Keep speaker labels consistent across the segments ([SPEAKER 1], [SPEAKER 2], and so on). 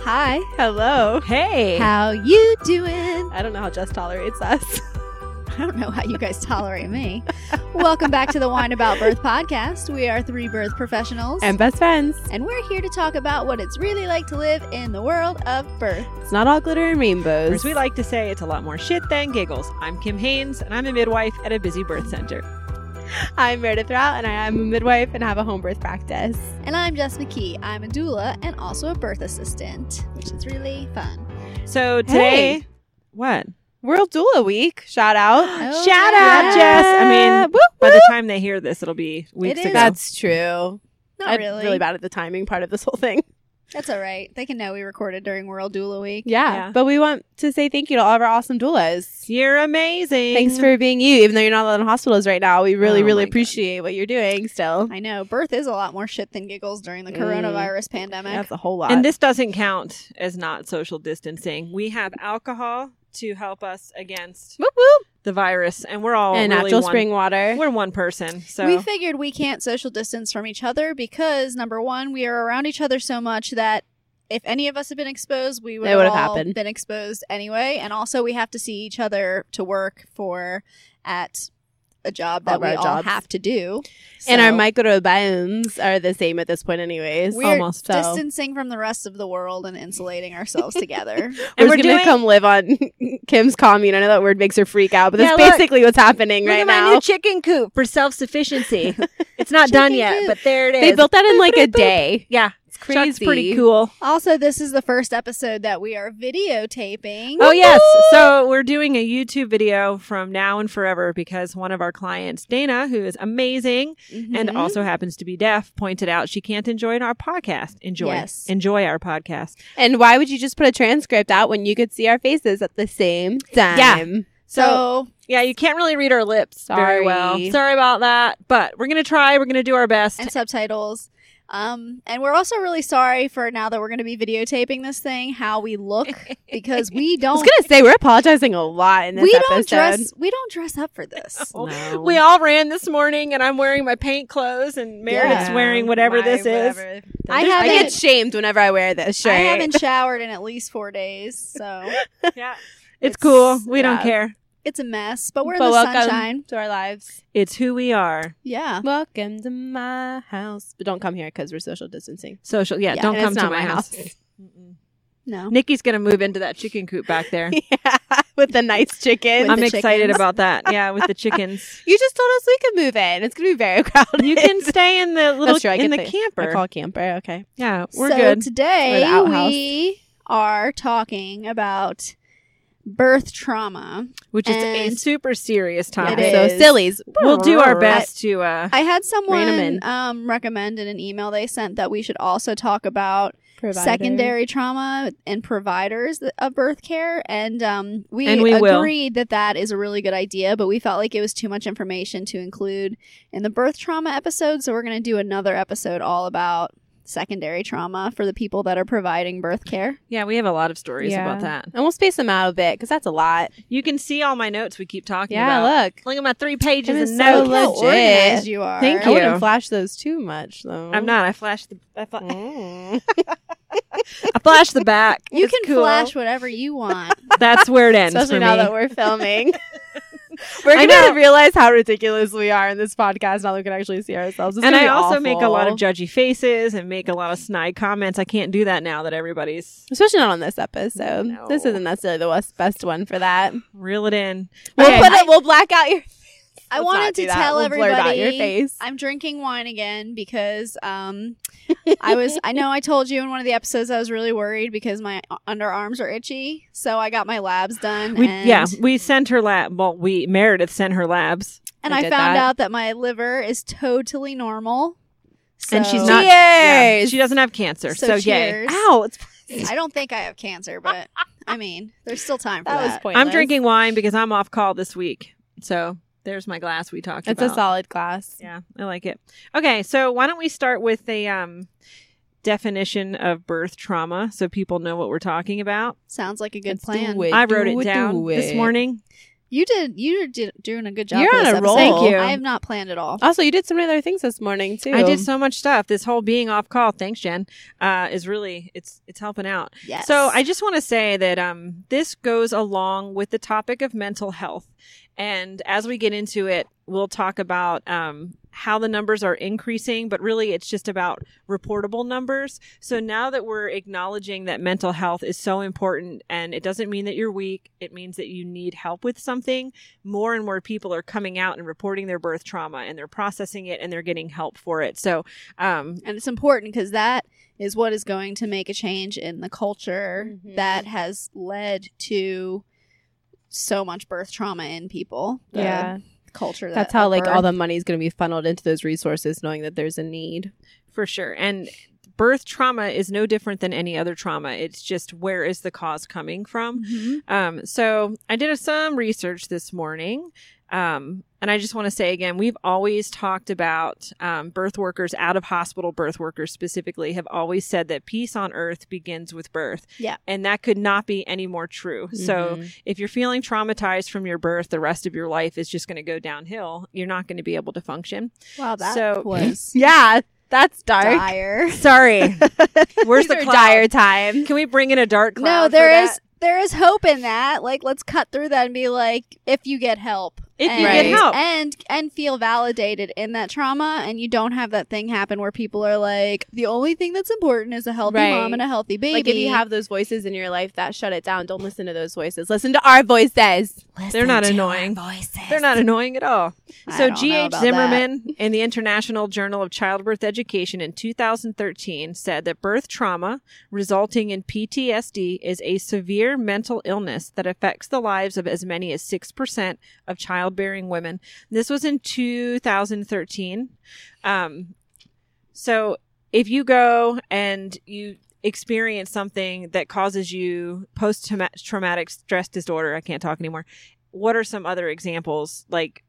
[SPEAKER 1] Hi. Hello.
[SPEAKER 2] Hey.
[SPEAKER 1] How you doing?
[SPEAKER 2] I don't know how Jess tolerates us.
[SPEAKER 1] I don't know how you guys tolerate me. Welcome back to the Wine About Birth podcast. We are three birth professionals.
[SPEAKER 2] And best friends.
[SPEAKER 1] and we're here to talk about what it's really like to live in the world of birth.
[SPEAKER 2] It's not all glitter and
[SPEAKER 3] Or
[SPEAKER 2] rainbows.
[SPEAKER 3] As we like to say, it's a lot more shit than giggles. I'm Kim Haynes, and I'm a midwife at a busy birth center.
[SPEAKER 2] I'm Meredith Rao, and I am a midwife and have a home birth practice.
[SPEAKER 1] And I'm Jess McKee. I'm a doula and also a birth assistant, which is really fun.
[SPEAKER 3] So today,
[SPEAKER 2] Hey.
[SPEAKER 3] what?
[SPEAKER 2] World Doula Week. Shout out.
[SPEAKER 1] Oh,
[SPEAKER 3] Shout
[SPEAKER 1] yeah.
[SPEAKER 3] out, Jess. I mean,
[SPEAKER 2] woo,
[SPEAKER 3] by
[SPEAKER 2] woo.
[SPEAKER 3] the time they hear this, it'll be weeks
[SPEAKER 1] is.
[SPEAKER 3] ago.
[SPEAKER 2] That's true.
[SPEAKER 1] Not
[SPEAKER 2] I'm
[SPEAKER 1] really.
[SPEAKER 2] really bad at the timing part of this whole thing.
[SPEAKER 1] That's all right. They can know we recorded during World Doula Week.
[SPEAKER 2] Yeah.
[SPEAKER 3] Yeah.
[SPEAKER 2] But we want to say thank you to all of our awesome doulas.
[SPEAKER 3] You're amazing.
[SPEAKER 2] Thanks for being you, even though you're not allowed in hospitals right now. We really,
[SPEAKER 3] Oh
[SPEAKER 2] really
[SPEAKER 3] my God.
[SPEAKER 2] appreciate what you're doing still.
[SPEAKER 1] I know. Birth is a lot more shit than giggles during the
[SPEAKER 2] Mm.
[SPEAKER 1] coronavirus pandemic.
[SPEAKER 2] That's a whole lot.
[SPEAKER 3] And this doesn't count as not social distancing. We have alcohol to help us against
[SPEAKER 2] whoop, whoop.
[SPEAKER 3] the virus, and we're all
[SPEAKER 2] and
[SPEAKER 3] really
[SPEAKER 2] natural
[SPEAKER 3] one-
[SPEAKER 2] spring water.
[SPEAKER 3] We're one person, so
[SPEAKER 1] We figured we can't social distance from each other because number one, we are around each other so much that if any of us had been exposed, we would
[SPEAKER 2] It
[SPEAKER 1] have
[SPEAKER 2] would have
[SPEAKER 1] all
[SPEAKER 2] happened.
[SPEAKER 1] been exposed anyway. And also, we have to see each other to work for at a job
[SPEAKER 2] All
[SPEAKER 1] that
[SPEAKER 2] of
[SPEAKER 1] we
[SPEAKER 2] our
[SPEAKER 1] all
[SPEAKER 2] jobs.
[SPEAKER 1] have to do.
[SPEAKER 2] and our
[SPEAKER 1] So
[SPEAKER 2] microbiomes are the same at this point, anyways.
[SPEAKER 1] We're
[SPEAKER 2] almost. So
[SPEAKER 1] distancing from the rest of the world and insulating ourselves together.
[SPEAKER 2] we're,
[SPEAKER 3] And
[SPEAKER 2] just
[SPEAKER 3] we're
[SPEAKER 2] gonna
[SPEAKER 3] doing-
[SPEAKER 2] come live on Kim's commune. I know that word makes her freak out, but that's
[SPEAKER 4] Yeah, look.
[SPEAKER 2] basically what's happening right now.
[SPEAKER 4] chicken coop for self sufficiency. it's
[SPEAKER 1] not done Chicken yet, coop. but
[SPEAKER 4] there it
[SPEAKER 2] they built that in like a day.
[SPEAKER 4] yeah,
[SPEAKER 2] It's
[SPEAKER 3] Chuck's
[SPEAKER 2] crazy.
[SPEAKER 3] pretty cool.
[SPEAKER 1] Also, this is the first episode that we are videotaping.
[SPEAKER 3] Oh yes. So we're doing a YouTube video from now and forever because one of our clients, Dana, who is amazing and
[SPEAKER 1] Mhm.
[SPEAKER 2] Mm-hmm.
[SPEAKER 3] also happens to be deaf, pointed out she can't enjoy our podcast. Enjoy.
[SPEAKER 1] Yes.
[SPEAKER 3] Enjoy our podcast.
[SPEAKER 2] And why would you just put a transcript out when you could see our faces at the same time?
[SPEAKER 1] so
[SPEAKER 3] Yeah, you can't really read our lips very well.
[SPEAKER 2] Sorry.
[SPEAKER 3] Sorry about that. But we're gonna try, we're gonna do our best.
[SPEAKER 1] and subtitles. Um, and we're also really sorry for now that we're going to be videotaping this thing, how we look because we
[SPEAKER 2] I was
[SPEAKER 1] don't
[SPEAKER 2] gonna say we're apologizing a lot in this
[SPEAKER 1] we
[SPEAKER 2] episode. Oh,
[SPEAKER 1] don't dress we don't dress up for this.
[SPEAKER 3] No. Oh, We all ran this morning and I'm wearing my paint clothes and Meredith's
[SPEAKER 2] Yeah.
[SPEAKER 3] wearing whatever
[SPEAKER 2] My
[SPEAKER 3] this is.
[SPEAKER 2] whatever.
[SPEAKER 1] I
[SPEAKER 2] I
[SPEAKER 1] haven't
[SPEAKER 2] get shamed whenever I wear this shirt.
[SPEAKER 1] I haven't showered in at least four days, so
[SPEAKER 3] Yeah.
[SPEAKER 1] It's-
[SPEAKER 3] It's, cool. We
[SPEAKER 2] yeah.
[SPEAKER 3] don't care.
[SPEAKER 1] it's a mess. But we're in
[SPEAKER 2] But
[SPEAKER 1] the
[SPEAKER 2] welcome
[SPEAKER 1] sunshine.
[SPEAKER 2] to our lives.
[SPEAKER 3] It's who we are.
[SPEAKER 1] Yeah,
[SPEAKER 2] Welcome to my house, but don't come here because we're social distancing.
[SPEAKER 3] Social. Yeah,
[SPEAKER 1] Yeah,
[SPEAKER 3] don't
[SPEAKER 2] And
[SPEAKER 3] come
[SPEAKER 2] it's
[SPEAKER 3] to
[SPEAKER 2] not
[SPEAKER 3] my, house. Mm-mm.
[SPEAKER 1] no.
[SPEAKER 3] Nikki's gonna move into that chicken coop back there.
[SPEAKER 2] yeah, with the nice chicken.
[SPEAKER 1] With
[SPEAKER 3] I'm
[SPEAKER 1] the
[SPEAKER 3] excited
[SPEAKER 1] chickens.
[SPEAKER 3] about that. Yeah, with the chickens.
[SPEAKER 2] you just told us we could move in. It's gonna be very crowded.
[SPEAKER 3] You can stay in the little
[SPEAKER 2] That's true, I
[SPEAKER 3] in the
[SPEAKER 2] get the- I
[SPEAKER 3] camper.
[SPEAKER 2] call camper. Okay.
[SPEAKER 3] yeah, we're
[SPEAKER 1] so
[SPEAKER 3] good.
[SPEAKER 1] today
[SPEAKER 2] We're the outhouse.
[SPEAKER 1] we are talking about birth trauma.
[SPEAKER 3] Which is a
[SPEAKER 1] and-
[SPEAKER 3] super serious topic.
[SPEAKER 1] It
[SPEAKER 2] so
[SPEAKER 1] is.
[SPEAKER 2] sillies.
[SPEAKER 3] We'll do our best to uh
[SPEAKER 1] I had
[SPEAKER 2] Rein 'em
[SPEAKER 1] someone
[SPEAKER 2] in.
[SPEAKER 1] um, recommend in an email they sent that we should also talk about
[SPEAKER 2] Provider.
[SPEAKER 1] secondary trauma and providers th- of birth care and um, we,
[SPEAKER 3] And we will.
[SPEAKER 1] agreed that that is a really good idea but we felt like it was too much information to include in the birth trauma episode so we're going to do another episode all about secondary trauma for the people that are providing birth care
[SPEAKER 3] yeah, we have a lot of stories
[SPEAKER 2] Yeah.
[SPEAKER 3] about that.
[SPEAKER 2] And we'll space them out a bit because that's a lot.
[SPEAKER 3] You can see all my notes we keep talking
[SPEAKER 2] Yeah,
[SPEAKER 3] about.
[SPEAKER 2] look.
[SPEAKER 3] Look at my three pages
[SPEAKER 2] It's
[SPEAKER 3] of
[SPEAKER 2] so
[SPEAKER 3] notes.
[SPEAKER 2] Look how legit. organized
[SPEAKER 1] you are
[SPEAKER 2] Thank
[SPEAKER 3] you.
[SPEAKER 2] you. I wouldn't flash those too much though.
[SPEAKER 3] I'm not. I flashed the I, fla-
[SPEAKER 2] Mm.
[SPEAKER 3] I flashed the back.
[SPEAKER 1] you
[SPEAKER 3] It's
[SPEAKER 1] can
[SPEAKER 3] cool.
[SPEAKER 1] flash whatever you want
[SPEAKER 3] That's where it ends
[SPEAKER 2] Especially
[SPEAKER 3] for
[SPEAKER 2] now
[SPEAKER 3] me.
[SPEAKER 2] that we're filming. we're
[SPEAKER 3] I
[SPEAKER 2] gonna
[SPEAKER 3] know.
[SPEAKER 2] realize how ridiculous we are in this podcast now that we can actually see ourselves. It's
[SPEAKER 3] and
[SPEAKER 2] gonna be
[SPEAKER 3] I also make a lot
[SPEAKER 2] awful.
[SPEAKER 3] of judgy faces and make a lot of snide comments. I can't do that now that everybody's
[SPEAKER 2] Especially not on this episode.
[SPEAKER 3] No.
[SPEAKER 2] This isn't necessarily the best- best one for that.
[SPEAKER 3] reel it in.
[SPEAKER 2] We'll
[SPEAKER 3] Okay.
[SPEAKER 2] put it. We'll black out your.
[SPEAKER 1] I
[SPEAKER 2] Let's
[SPEAKER 1] wanted
[SPEAKER 2] not do
[SPEAKER 1] to
[SPEAKER 2] that.
[SPEAKER 1] tell
[SPEAKER 2] We'll blur
[SPEAKER 1] everybody
[SPEAKER 2] it out your face.
[SPEAKER 1] I'm drinking wine again because um, I was. I know I told you in one of the episodes I was really worried because my underarms are itchy. So I got my labs done.
[SPEAKER 3] We,
[SPEAKER 1] and,
[SPEAKER 3] yeah, we sent her lab. Well, we Meredith sent her labs,
[SPEAKER 1] and
[SPEAKER 2] I
[SPEAKER 1] I,
[SPEAKER 2] did
[SPEAKER 1] found
[SPEAKER 2] that.
[SPEAKER 1] out that my liver is totally normal. So,
[SPEAKER 3] And she's not- Yeah,
[SPEAKER 2] Cheers.
[SPEAKER 3] she doesn't have cancer, so,
[SPEAKER 1] So
[SPEAKER 3] yay!
[SPEAKER 1] cheers.
[SPEAKER 3] Ow, it's,
[SPEAKER 1] I don't think I have cancer, but I mean, there's still time for
[SPEAKER 2] that
[SPEAKER 1] that.
[SPEAKER 2] was pointless.
[SPEAKER 3] I'm drinking wine because I'm off call this week. So there's my glass we talked
[SPEAKER 2] It's
[SPEAKER 3] about.
[SPEAKER 2] a solid glass.
[SPEAKER 3] Yeah, I like it. Okay, so why don't we start with a um, definition of birth trauma so people know what we're talking about?
[SPEAKER 1] Sounds like a good
[SPEAKER 2] Let's do
[SPEAKER 1] plan.
[SPEAKER 2] it.
[SPEAKER 3] I wrote
[SPEAKER 2] do
[SPEAKER 3] it down
[SPEAKER 2] do
[SPEAKER 3] this
[SPEAKER 2] it.
[SPEAKER 3] morning.
[SPEAKER 1] You did. You did doing a good job.
[SPEAKER 2] You're
[SPEAKER 1] for
[SPEAKER 2] on
[SPEAKER 1] this
[SPEAKER 2] a
[SPEAKER 1] episode.
[SPEAKER 2] roll. Uh,
[SPEAKER 3] Thank you.
[SPEAKER 1] I have not planned at all.
[SPEAKER 2] Also, you did some other things this morning too.
[SPEAKER 3] I did so much stuff. This whole being off call, thanks Jen, uh, is really it's it's helping out.
[SPEAKER 1] Yes.
[SPEAKER 3] So I just want to say that um, this goes along with the topic of mental health, and as we get into it, we'll talk about um, how the numbers are increasing. But really, it's just about reportable numbers. So now that we're acknowledging that mental health is so important, and it doesn't mean that you're weak, it means that you need help with something. More and more people are coming out and reporting their birth trauma, and they're processing it, and they're getting help for it. So um,
[SPEAKER 1] and it's important because that is what is going to make a change in the culture
[SPEAKER 2] Mhm.
[SPEAKER 1] that has led to so much birth trauma in people. The
[SPEAKER 2] Yeah,
[SPEAKER 1] culture. That
[SPEAKER 2] that's how
[SPEAKER 1] of
[SPEAKER 2] like all
[SPEAKER 1] birth-
[SPEAKER 2] the money is going to be funneled into those resources, knowing that there's a need.
[SPEAKER 3] For sure. And birth trauma is no different than any other trauma. It's just where is the cause coming from?
[SPEAKER 1] Mhm.
[SPEAKER 3] Um, so I did some research this morning. Um, and I just want to say again, we've always talked about um, birth workers, out of hospital birth workers specifically, have always said that peace on earth begins with birth.
[SPEAKER 1] Yeah.
[SPEAKER 3] And that could not be any more true. So
[SPEAKER 2] Mhm.
[SPEAKER 3] if you're feeling traumatized from your birth, the rest of your life is just going to go downhill. You're not going to be able to function.
[SPEAKER 1] Wow, that
[SPEAKER 3] so-
[SPEAKER 1] was
[SPEAKER 2] yeah, that's dark.
[SPEAKER 1] dire.
[SPEAKER 3] Sorry. Where's
[SPEAKER 2] These
[SPEAKER 3] the
[SPEAKER 2] are
[SPEAKER 3] cloud?
[SPEAKER 2] dire time.
[SPEAKER 3] Can we bring in a dark cloud?
[SPEAKER 1] No,
[SPEAKER 3] for
[SPEAKER 1] there is
[SPEAKER 3] that?
[SPEAKER 1] there is hope in that. Like, let's cut through that and be like, if you get help,
[SPEAKER 3] If
[SPEAKER 1] and,
[SPEAKER 3] you
[SPEAKER 2] get
[SPEAKER 3] help.
[SPEAKER 1] and and feel validated in that trauma, and you don't have that thing happen where people are like, the only thing that's important is a healthy
[SPEAKER 2] Right.
[SPEAKER 1] mom and a healthy baby.
[SPEAKER 2] Like if you have those voices in your life that shut it down, don't listen to those voices. Listen to our voices.
[SPEAKER 3] They're not annoying. They're not annoying at all.
[SPEAKER 1] I
[SPEAKER 3] So
[SPEAKER 1] don't know
[SPEAKER 3] G.H.
[SPEAKER 1] about
[SPEAKER 3] Zimmerman in the International Journal of Childbirth Education in 2013 said that birth trauma resulting in PTSD is a severe mental illness that affects the lives of as many as 6% of childbearing women. This was in 2013. Um, so if you go and you experience something that causes you post traumatic stress disorder, I can't talk anymore. What are some other examples like
[SPEAKER 1] that.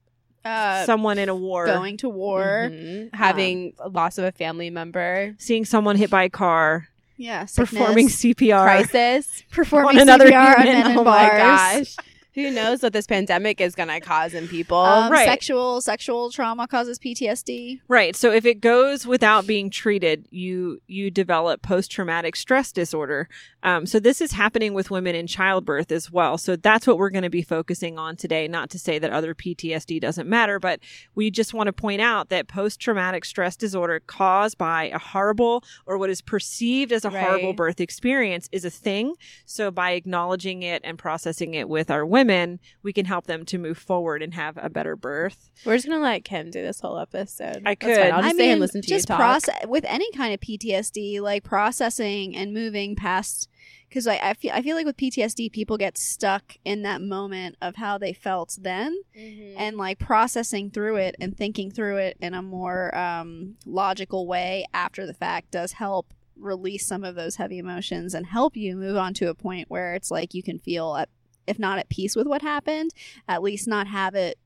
[SPEAKER 1] Uh,
[SPEAKER 3] someone in a war,
[SPEAKER 1] going to war.
[SPEAKER 2] Mhm. having a loss of a family member,
[SPEAKER 3] seeing someone hit by a car,
[SPEAKER 1] Yeah, sickness.
[SPEAKER 3] performing CPR.
[SPEAKER 2] crisis.
[SPEAKER 1] performing
[SPEAKER 3] on another
[SPEAKER 1] CPR on
[SPEAKER 3] human.
[SPEAKER 1] men in
[SPEAKER 2] oh my
[SPEAKER 1] bars.
[SPEAKER 2] gosh, who knows what this pandemic is going to cause in people?
[SPEAKER 1] Um,
[SPEAKER 3] Right.
[SPEAKER 1] Sexual sexual trauma causes PTSD.
[SPEAKER 3] Right. So if it goes without being treated, you you develop post traumatic stress disorder. Um, so this is happening with women in childbirth as well. So that's what we're going to be focusing on today. Not to say that other PTSD doesn't matter, but we just want to point out that post traumatic stress disorder caused by a horrible or what is perceived as a
[SPEAKER 2] Right.
[SPEAKER 3] horrible birth experience is a thing. So by acknowledging it and processing it with our women, we can help them to move forward and have a better birth.
[SPEAKER 2] We're just gonna let Kim do this whole episode.
[SPEAKER 3] I
[SPEAKER 2] That's fine.
[SPEAKER 3] could.
[SPEAKER 2] I'll just
[SPEAKER 1] I
[SPEAKER 2] stay
[SPEAKER 1] mean,
[SPEAKER 2] and listen to
[SPEAKER 1] just
[SPEAKER 2] you talk.
[SPEAKER 1] process with any kind of PTSD, like processing and moving past. Because like I feel, I feel like with PTSD, people get stuck in that moment of how they felt then,
[SPEAKER 3] Mm-hmm.
[SPEAKER 1] and like processing through it and thinking through it in a more um, logical way after the fact does help release some of those heavy emotions and help you move on to a point where it's like you can feel at if not at peace with what happened at least not have it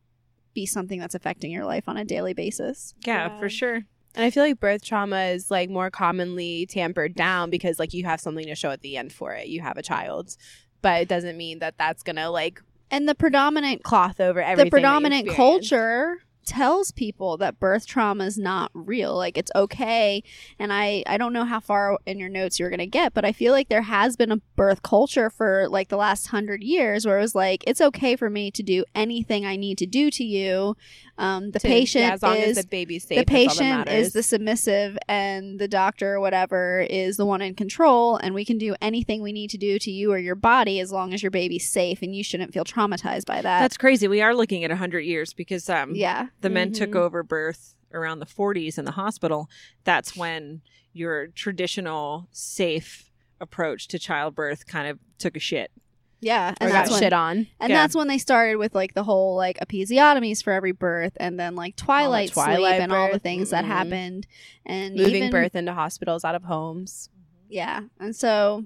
[SPEAKER 1] be something that's affecting your life on a daily basis
[SPEAKER 3] yeah.
[SPEAKER 2] Yeah.
[SPEAKER 3] for sure.
[SPEAKER 2] And I feel like birth trauma is like more commonly tampered down because like you have something to show at the end for it. You have a child, but it doesn't mean that that's gonna like
[SPEAKER 1] and the predominant
[SPEAKER 2] cloth over everything.
[SPEAKER 1] the
[SPEAKER 2] that you
[SPEAKER 1] predominant
[SPEAKER 2] experience.
[SPEAKER 1] culture tells people that birth trauma is not real like it's okay and i i don't know how far in your notes you're gonna get but i feel like there has been a birth culture for like the last hundred years where it was like it's okay for me to do anything i need to do to you um the
[SPEAKER 2] To-
[SPEAKER 1] patient
[SPEAKER 2] yeah, as long
[SPEAKER 1] is
[SPEAKER 2] as the baby's
[SPEAKER 1] the
[SPEAKER 2] safe. that's all that
[SPEAKER 1] patient is
[SPEAKER 2] matters.
[SPEAKER 1] the submissive and the doctor or whatever is the one in control and we can do anything we need to do to you or your body as long as your baby's safe and you shouldn't feel traumatized by that
[SPEAKER 3] That's crazy. We are looking at 100 years because um,
[SPEAKER 1] Uh, yeah
[SPEAKER 3] the men took
[SPEAKER 2] Mhm.
[SPEAKER 3] over birth around the 40s in the hospital. That's when your traditional safe approach to childbirth kind of took a shit.
[SPEAKER 1] Yeah,
[SPEAKER 2] or
[SPEAKER 1] and
[SPEAKER 2] got
[SPEAKER 1] that's when
[SPEAKER 2] shit on.
[SPEAKER 1] and
[SPEAKER 3] yeah.
[SPEAKER 1] that's when they started with like the whole like episiotomies for every birth, and then like twilight,
[SPEAKER 2] twilight
[SPEAKER 1] sleep and all the
[SPEAKER 2] birth.
[SPEAKER 1] things that
[SPEAKER 2] Mhm.
[SPEAKER 1] happened, and
[SPEAKER 2] Moving
[SPEAKER 1] even-
[SPEAKER 2] birth into hospitals out of homes.
[SPEAKER 1] Yeah, and so,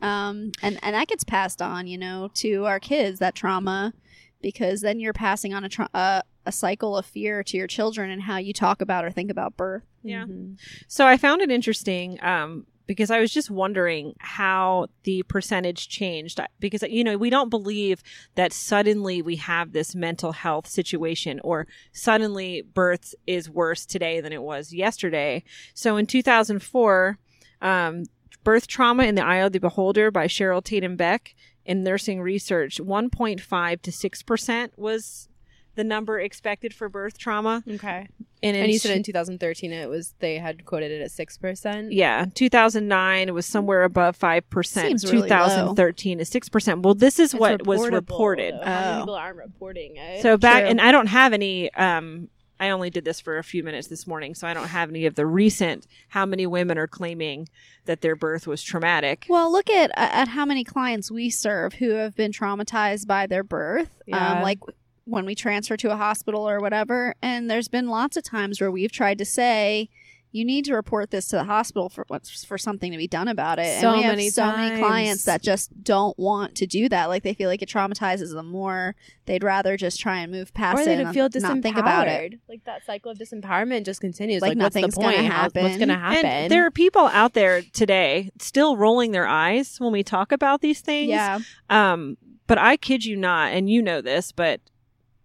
[SPEAKER 1] um, and and that gets passed on, you know, to our kids that trauma, because then you're passing on a tra- uh, a cycle of fear to your children and how you talk about or think about birth.
[SPEAKER 3] Yeah.
[SPEAKER 2] Mhm.
[SPEAKER 3] So I found it interesting. Um, because I was just wondering how the percentage changed. Because, you know, we don't believe that suddenly we have this mental health situation or suddenly birth is worse today than it was yesterday. So in 2004, um, Birth Trauma in the Eye of the Beholder by Cheryl Tatum Beck in Nursing Research, 1.5 to 6% was the number expected for birth trauma.
[SPEAKER 2] Okay.
[SPEAKER 3] And, in
[SPEAKER 2] And you said in 2013 it was they had quoted it at six percent.
[SPEAKER 3] Yeah, 2009 was somewhere above 5%.
[SPEAKER 1] Seems really
[SPEAKER 3] 2013 is 6%. Well, this is what was reported.
[SPEAKER 1] Oh.
[SPEAKER 2] people aren't reporting it?
[SPEAKER 3] So back
[SPEAKER 1] True.
[SPEAKER 3] and I don't have any um I only did this for a few minutes this morning, so I don't have any of the recent how many women are claiming that their birth was traumatic.
[SPEAKER 1] Well, look at at how many clients we serve who have been traumatized by their birth.
[SPEAKER 2] Yeah.
[SPEAKER 1] Um, like when we transfer to a hospital or whatever, and there's been lots of times where we've tried to say, "You need to report this to the hospital for what's for something to be done about it."
[SPEAKER 2] So
[SPEAKER 1] and we
[SPEAKER 2] many
[SPEAKER 1] have so many
[SPEAKER 2] times.
[SPEAKER 1] clients that just don't want to do that. Like they feel like it traumatizes them more. They'd rather just try and move past
[SPEAKER 2] or
[SPEAKER 1] it
[SPEAKER 2] they don't
[SPEAKER 1] and
[SPEAKER 2] feel
[SPEAKER 1] not
[SPEAKER 2] disempowered.
[SPEAKER 1] think about it.
[SPEAKER 2] Like that cycle of disempowerment just continues. Like,
[SPEAKER 1] Like,
[SPEAKER 2] what's the
[SPEAKER 1] nothing's
[SPEAKER 2] point?
[SPEAKER 1] gonna
[SPEAKER 2] How- What's
[SPEAKER 1] happen.
[SPEAKER 2] going to happen?
[SPEAKER 3] And there are people out there today still rolling their eyes when we talk about these things.
[SPEAKER 1] Yeah,
[SPEAKER 3] Um, but I kid you not, and you know this, but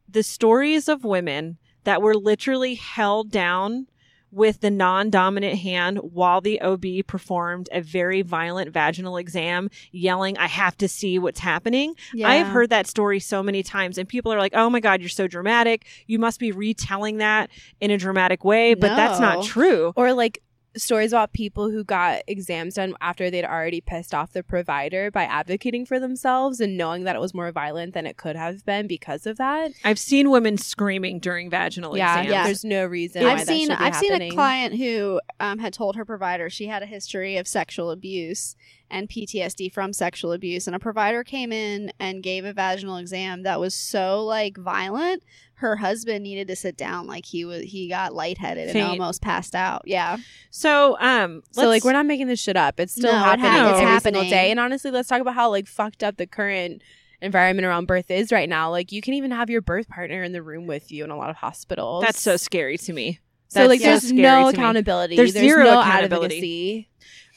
[SPEAKER 3] the stories of women that were literally held down with the non dominant hand while the OB performed a very violent vaginal exam, yelling, I have to see what's happening.
[SPEAKER 1] yeah.
[SPEAKER 3] I've heard that story so many times, and people are like, oh my God, you're so dramatic. You must be retelling that in a dramatic way, but that's
[SPEAKER 1] No.
[SPEAKER 3] not true.
[SPEAKER 2] or like stories about people who got exams done after they'd already pissed off the provider by advocating for themselves and knowing that it was more violent than it could have been because of that.
[SPEAKER 3] I've seen women screaming during vaginal
[SPEAKER 2] yeah,
[SPEAKER 3] exams.
[SPEAKER 1] Yeah.
[SPEAKER 2] there's no reason. why
[SPEAKER 1] I've
[SPEAKER 2] that
[SPEAKER 1] seen
[SPEAKER 2] should be
[SPEAKER 1] I've seen a
[SPEAKER 2] happening.
[SPEAKER 1] client who um, had told her provider she had a history of sexual abuse and PTSD from sexual abuse, and a provider came in and gave a vaginal exam that was so like violent. Her husband needed to sit down, like he was he got lightheaded
[SPEAKER 3] Faint.
[SPEAKER 1] and almost passed out. Yeah,
[SPEAKER 3] So, um,
[SPEAKER 2] So like
[SPEAKER 3] let's-
[SPEAKER 2] we're not making this shit up. It's still
[SPEAKER 1] No, it
[SPEAKER 2] happening
[SPEAKER 3] happened.
[SPEAKER 2] every
[SPEAKER 3] It's
[SPEAKER 2] single
[SPEAKER 1] happening.
[SPEAKER 2] day. And honestly, let's talk about how like fucked up the current environment around birth is right now. Like you can even have your birth partner in the room with you in a lot of hospitals.
[SPEAKER 3] That's so scary to me.
[SPEAKER 2] so
[SPEAKER 3] That's
[SPEAKER 2] like
[SPEAKER 3] so
[SPEAKER 2] there's
[SPEAKER 3] scary
[SPEAKER 2] no
[SPEAKER 3] to me.
[SPEAKER 2] accountability.
[SPEAKER 3] There's zero
[SPEAKER 2] no
[SPEAKER 3] accountability.
[SPEAKER 2] advocacy.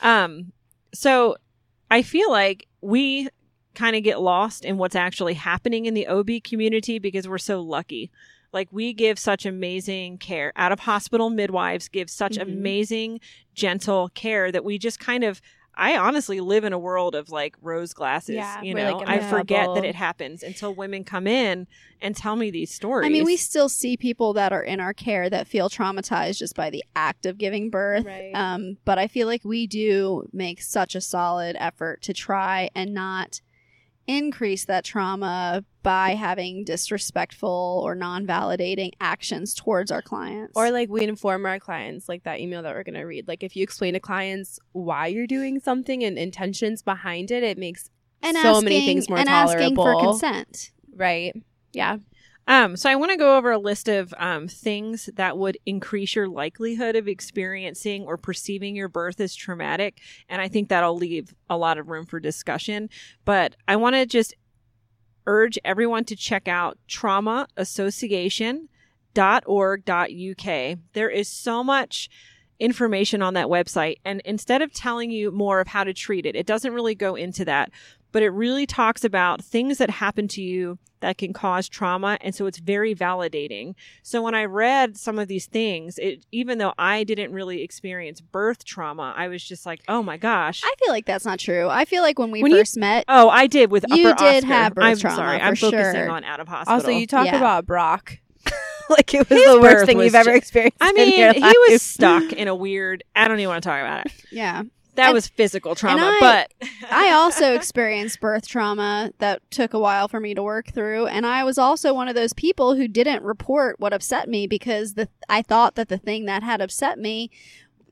[SPEAKER 3] Um, so I feel like we kind of get lost in what's actually happening in the OB community because we're so lucky. Like we give such amazing care. Out of hospital midwives give such
[SPEAKER 2] Mhm.
[SPEAKER 3] amazing gentle care that we just kind of I honestly live in a world of like rose glasses,
[SPEAKER 2] Yeah,
[SPEAKER 3] you
[SPEAKER 2] we're,
[SPEAKER 3] know.
[SPEAKER 2] like, in a
[SPEAKER 3] I forget
[SPEAKER 2] bubble.
[SPEAKER 3] that it happens until women come in and tell me these stories.
[SPEAKER 1] I mean, we still see people that are in our care that feel traumatized just by the act of giving birth.
[SPEAKER 2] Right.
[SPEAKER 1] Um, but I feel like we do make such a solid effort to try and not increase that trauma by having disrespectful or non-validating actions towards our clients.
[SPEAKER 2] Or like we inform our clients, like that email that we're gonna read. Like if you explain to clients why you're doing something and intentions behind it, it makes
[SPEAKER 1] and
[SPEAKER 2] so many things more
[SPEAKER 1] and asking for
[SPEAKER 2] tolerable.
[SPEAKER 1] consent.
[SPEAKER 2] right. Yeah.
[SPEAKER 3] Um, so I want to go over a list of um, things that would increase your likelihood of experiencing or perceiving your birth as traumatic, and I think that'll leave a lot of room for discussion. But I want to just urge everyone to check out Trauma Association www.birthright.org.uk. There is so much information on that website. And instead of telling you more of how to treat it, it doesn't really go into that, but it really talks about things that happen to you that can cause trauma. And so it's very validating. So when I read some of these things, it, even though I didn't really experience birth trauma, I was just like, oh my gosh.
[SPEAKER 1] I feel like that's not true. I feel like when we
[SPEAKER 3] When you-
[SPEAKER 1] first met,
[SPEAKER 3] Oh, I did with
[SPEAKER 1] You
[SPEAKER 3] upper
[SPEAKER 1] did
[SPEAKER 3] Oscar.
[SPEAKER 1] have birth
[SPEAKER 3] I'm
[SPEAKER 1] trauma,
[SPEAKER 3] sorry.
[SPEAKER 1] for
[SPEAKER 3] I'm focusing
[SPEAKER 1] sure.
[SPEAKER 3] on out of hospital.
[SPEAKER 2] Also, you talk
[SPEAKER 1] Yeah.
[SPEAKER 2] about Brock. like it was
[SPEAKER 3] His
[SPEAKER 2] the worst
[SPEAKER 3] birth
[SPEAKER 2] thing
[SPEAKER 3] was
[SPEAKER 2] you've ever
[SPEAKER 3] ju-
[SPEAKER 2] experienced.
[SPEAKER 3] I
[SPEAKER 2] in your
[SPEAKER 3] mean, he
[SPEAKER 2] life.
[SPEAKER 3] was stuck in a weird. I don't even want to talk about it.
[SPEAKER 1] yeah.
[SPEAKER 3] That
[SPEAKER 1] And-
[SPEAKER 3] was physical trauma,
[SPEAKER 1] I-
[SPEAKER 3] but
[SPEAKER 1] I also experienced birth trauma that took a while for me to work through, and I was also one of those people who didn't report what upset me because the I thought that the thing that had upset me,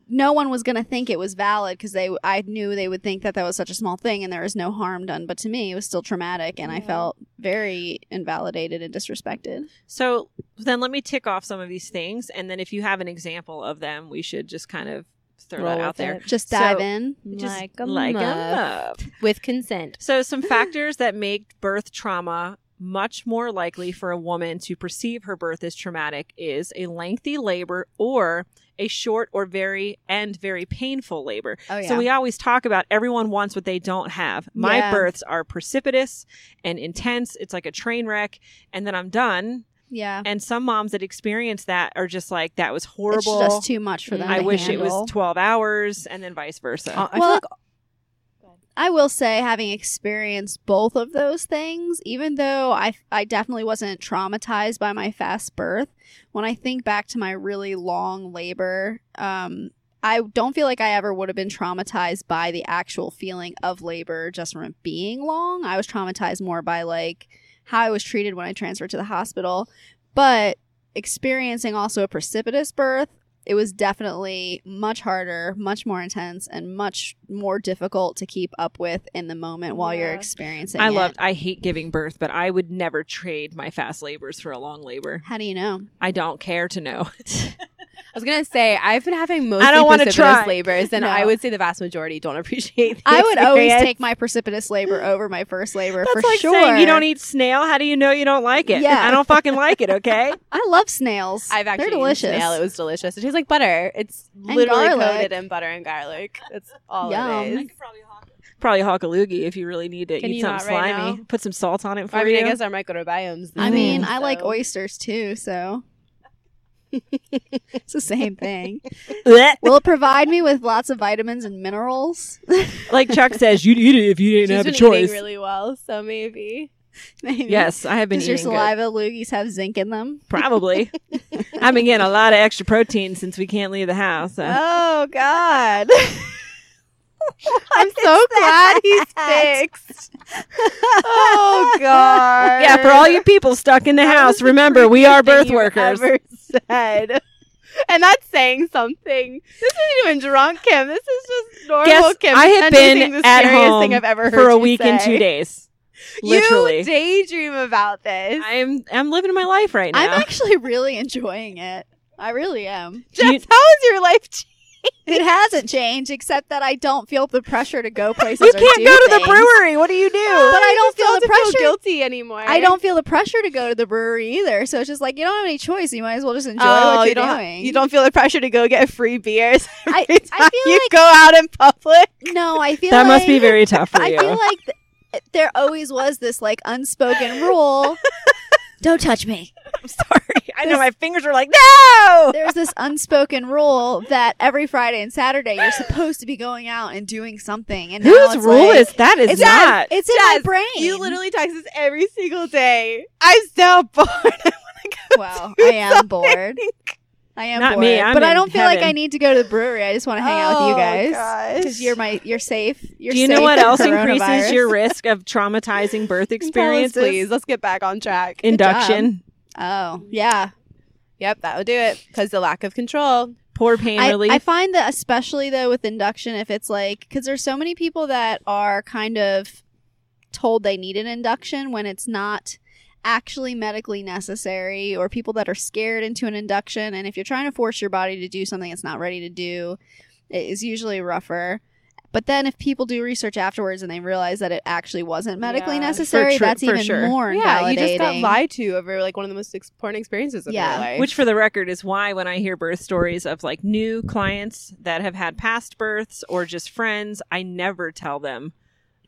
[SPEAKER 1] no one was going to think it was valid because they I knew they would think that that was such a small thing and there was no harm done, but to me it was still traumatic and I
[SPEAKER 2] Yeah.
[SPEAKER 1] felt very invalidated and disrespected.
[SPEAKER 3] so then let me tick off some of these things, and then if you have an example of them, we should just kind of throw
[SPEAKER 2] Roll
[SPEAKER 3] that out
[SPEAKER 2] with
[SPEAKER 3] there.
[SPEAKER 2] it.
[SPEAKER 1] Just
[SPEAKER 3] So,
[SPEAKER 1] dive in.
[SPEAKER 3] Just
[SPEAKER 2] Like a
[SPEAKER 3] like
[SPEAKER 2] muff.
[SPEAKER 3] muff.
[SPEAKER 2] with consent.
[SPEAKER 1] Mm.
[SPEAKER 3] So some factors that make birth trauma much more likely for a woman to perceive her birth as traumatic is a lengthy labor or a short or very and very painful labor.
[SPEAKER 1] Oh yeah.
[SPEAKER 3] So we always talk about everyone wants what they don't have. My
[SPEAKER 1] Yeah.
[SPEAKER 3] births are precipitous and intense. It's like a train wreck and then I'm done.
[SPEAKER 1] yeah.
[SPEAKER 3] And some moms that experience that are just like that was
[SPEAKER 1] It's
[SPEAKER 3] horrible. Mm.
[SPEAKER 1] just too much for them.
[SPEAKER 3] I
[SPEAKER 1] to
[SPEAKER 3] wish it
[SPEAKER 1] handle.
[SPEAKER 3] was 12 hours and then vice versa.
[SPEAKER 2] Uh, I
[SPEAKER 1] Well,
[SPEAKER 2] feel like
[SPEAKER 1] I will say, having experienced both of those things, even though I, I definitely wasn't traumatized by my fast birth, when I think back to my really long labor, um, I don't feel like I ever would have been traumatized by the actual feeling of labor just from it being long. I was traumatized more by like how I was treated when I transferred to the hospital. But experiencing also a precipitous birth, it was definitely much harder, much more intense, and much more difficult to keep up with in the moment while you're
[SPEAKER 2] Yeah.
[SPEAKER 1] experiencing
[SPEAKER 3] I
[SPEAKER 1] it.
[SPEAKER 3] loved I hate giving birth, but I would never trade my fast labors for a long labor.
[SPEAKER 1] How do you know?
[SPEAKER 3] I don't care to know.
[SPEAKER 2] I was gonna say I've been having mostly
[SPEAKER 3] don't wanna
[SPEAKER 2] precipitous
[SPEAKER 3] try.
[SPEAKER 2] labors, and
[SPEAKER 1] No.
[SPEAKER 2] I would say the vast majority don't appreciate. The
[SPEAKER 1] I would always
[SPEAKER 2] experience.
[SPEAKER 1] take my precipitous labor over my first labor
[SPEAKER 3] That's
[SPEAKER 1] for
[SPEAKER 3] like
[SPEAKER 1] sure.
[SPEAKER 3] saying you don't e- eat snail. How do you know you don't like it?
[SPEAKER 1] Yeah.
[SPEAKER 3] I don't fucking like it, okay?
[SPEAKER 1] I love snails.
[SPEAKER 2] I've actually
[SPEAKER 1] They're delicious.
[SPEAKER 2] Eaten snail. It was delicious. It tastes like butter. It's literally
[SPEAKER 1] garlic.
[SPEAKER 2] coated in butter and garlic. That's all
[SPEAKER 1] Yum.
[SPEAKER 2] it is.
[SPEAKER 3] Probably hawk a loogie if you really need it.
[SPEAKER 2] Can
[SPEAKER 3] Eat
[SPEAKER 2] you
[SPEAKER 3] something
[SPEAKER 2] not right
[SPEAKER 3] slimy.
[SPEAKER 2] now?
[SPEAKER 3] Put some salt on it for
[SPEAKER 2] I mean,
[SPEAKER 3] you.
[SPEAKER 2] I guess our microbiomes. the
[SPEAKER 1] I mean,
[SPEAKER 2] same,
[SPEAKER 1] I like
[SPEAKER 2] so-
[SPEAKER 1] oysters too, so it's the same thing.
[SPEAKER 3] Blech.
[SPEAKER 1] Will it provide me with lots of vitamins and minerals?
[SPEAKER 3] like Chuck says, you'd eat it if you
[SPEAKER 2] She's
[SPEAKER 3] didn't have
[SPEAKER 2] been
[SPEAKER 3] a
[SPEAKER 2] eating
[SPEAKER 3] choice.
[SPEAKER 2] really well, so maybe.
[SPEAKER 1] Maybe.
[SPEAKER 3] yes, I have been
[SPEAKER 1] Does your
[SPEAKER 3] eating good.
[SPEAKER 1] saliva loogies have zinc in them?
[SPEAKER 3] Probably. I've been getting a lot of extra protein since we can't leave the house. so.
[SPEAKER 1] Oh God!
[SPEAKER 2] I'm so glad he's fixed. oh God!
[SPEAKER 3] yeah, for all you people stuck in the
[SPEAKER 2] That was
[SPEAKER 3] house,
[SPEAKER 2] the
[SPEAKER 3] remember we are
[SPEAKER 2] thing
[SPEAKER 3] birth
[SPEAKER 2] you
[SPEAKER 3] workers.
[SPEAKER 2] Ever said. And that's saying something. This isn't even drunk Kim. This is just normal
[SPEAKER 3] Guess
[SPEAKER 2] Kim.
[SPEAKER 3] I had
[SPEAKER 2] defending
[SPEAKER 3] been
[SPEAKER 2] the
[SPEAKER 3] at
[SPEAKER 2] scariest thing
[SPEAKER 3] home
[SPEAKER 2] I've ever heard
[SPEAKER 3] for a
[SPEAKER 2] you
[SPEAKER 3] week and
[SPEAKER 2] say.
[SPEAKER 3] two days.
[SPEAKER 2] You
[SPEAKER 3] Literally,
[SPEAKER 2] daydream about this.
[SPEAKER 3] I'm I'm living my life right now.
[SPEAKER 1] I'm actually really enjoying it. I really am.
[SPEAKER 2] Jess,
[SPEAKER 3] you-
[SPEAKER 2] how is your life? ch-
[SPEAKER 1] It hasn't changed, except that I don't feel the pressure to go places.
[SPEAKER 3] you
[SPEAKER 1] or
[SPEAKER 3] can't
[SPEAKER 1] do
[SPEAKER 3] go to the
[SPEAKER 1] things.
[SPEAKER 3] brewery. What do you do?
[SPEAKER 1] But I don't
[SPEAKER 2] You
[SPEAKER 1] feel the
[SPEAKER 2] don't have to
[SPEAKER 1] pressure.
[SPEAKER 2] guilty anymore.
[SPEAKER 1] I don't feel the pressure to go to the brewery either. So it's just like you don't have any choice. You might as well just enjoy
[SPEAKER 2] Oh,
[SPEAKER 1] what
[SPEAKER 2] you
[SPEAKER 1] you're
[SPEAKER 2] don't.
[SPEAKER 1] doing.
[SPEAKER 2] You don't feel the pressure to go get free beers.
[SPEAKER 1] I,
[SPEAKER 2] every
[SPEAKER 1] I
[SPEAKER 2] time
[SPEAKER 1] feel
[SPEAKER 2] you
[SPEAKER 1] like
[SPEAKER 2] go out in public.
[SPEAKER 1] no. I feel
[SPEAKER 3] That must
[SPEAKER 1] like-
[SPEAKER 3] be very tough for
[SPEAKER 1] I
[SPEAKER 3] you.
[SPEAKER 1] feel like th- there always was this like unspoken rule. Don't touch me.
[SPEAKER 3] I'm sorry. I know my fingers are like no.
[SPEAKER 1] There's this unspoken rule that every Friday and Saturday you're supposed to be going out and doing something. And now
[SPEAKER 3] Whose
[SPEAKER 1] it's
[SPEAKER 3] rule
[SPEAKER 1] like-
[SPEAKER 3] is that? Is
[SPEAKER 1] It's
[SPEAKER 3] not.
[SPEAKER 1] It's in my
[SPEAKER 2] Jazz,
[SPEAKER 1] brain.
[SPEAKER 2] You literally text us every single day. I'm so bored.
[SPEAKER 1] Wow, I am bored. I am
[SPEAKER 3] Not
[SPEAKER 1] bored.
[SPEAKER 3] me, I'm
[SPEAKER 1] but I
[SPEAKER 3] in
[SPEAKER 1] don't feel like
[SPEAKER 3] heaven.
[SPEAKER 1] I need to go to the brewery. I just want to hang out with you
[SPEAKER 2] Oh,
[SPEAKER 1] guys
[SPEAKER 2] gosh.
[SPEAKER 1] because you're my you're safe. You're
[SPEAKER 3] do you
[SPEAKER 1] safe
[SPEAKER 3] know what
[SPEAKER 1] from
[SPEAKER 3] else increases
[SPEAKER 1] coronavirus.
[SPEAKER 3] your risk of traumatizing birth
[SPEAKER 2] Experience,
[SPEAKER 3] experiences?
[SPEAKER 2] please. Let's get back on track.
[SPEAKER 3] Induction,
[SPEAKER 1] Oh yeah,
[SPEAKER 2] Yep, that would do it. Because the lack of control.
[SPEAKER 3] poor pain
[SPEAKER 1] I,
[SPEAKER 3] relief.
[SPEAKER 1] I find that especially though with induction, if it's like because there's so many people that are kind of told they need an induction when it's not actually medically necessary, or people that are scared into an induction. And if you're trying to force your body to do something it's not ready to do, it is usually rougher. But then if people do research afterwards and they realize that it actually wasn't medically
[SPEAKER 2] Yeah. For
[SPEAKER 1] necessary,
[SPEAKER 3] sure-
[SPEAKER 1] that's
[SPEAKER 3] for
[SPEAKER 1] even
[SPEAKER 3] sure.
[SPEAKER 1] more
[SPEAKER 2] Yeah, you just got
[SPEAKER 1] invalidating.
[SPEAKER 2] lied to over like one of the most ex- important experiences of
[SPEAKER 1] Yeah.
[SPEAKER 2] your life.
[SPEAKER 3] Which, for the record, is why when I hear birth stories of like new clients that have had past births or just friends, I never tell them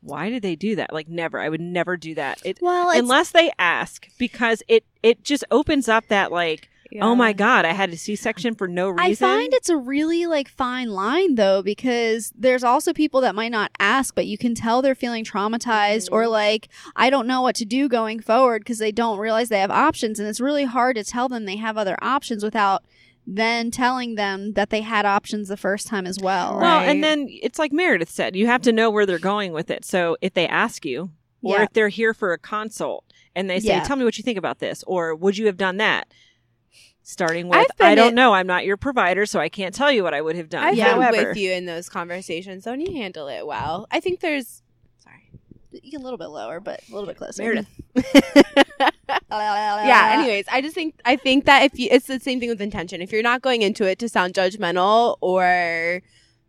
[SPEAKER 3] why did they do that. Like never, I would never do that. It
[SPEAKER 1] well, it's
[SPEAKER 3] unless they ask because it it just opens up that like oh my
[SPEAKER 2] Yeah.
[SPEAKER 3] god, I had a C section for no reason.
[SPEAKER 1] I find it's a really like fine line though because there's also people that might not ask but you can tell they're feeling traumatized or like I don't know what to do going forward because they don't realize they have options and it's really hard to tell them they have other options without then telling them that they had options the first time as well.
[SPEAKER 3] well,
[SPEAKER 2] Right.
[SPEAKER 3] and then it's like Meredith said, you have to know where they're going with it. So if they ask you, or
[SPEAKER 1] Yeah.
[SPEAKER 3] if they're here for a consult and they say,
[SPEAKER 1] Yeah.
[SPEAKER 3] "Tell me what you think about this," or "Would you have done that?" Starting with,
[SPEAKER 2] I've been
[SPEAKER 3] "I don't
[SPEAKER 2] at-
[SPEAKER 3] know. I'm not your provider, so I can't tell you what I would have done."
[SPEAKER 2] I've
[SPEAKER 1] Yeah.
[SPEAKER 2] been
[SPEAKER 3] However,
[SPEAKER 2] with you in those conversations, so you handle it well. I think there's sorry.
[SPEAKER 1] A little bit lower but a little bit closer.
[SPEAKER 3] Meredith.
[SPEAKER 1] Mm-hmm.
[SPEAKER 2] yeah. Anyways, I just think I think that if you, it's the same thing with intention. If you're not going into it to sound judgmental or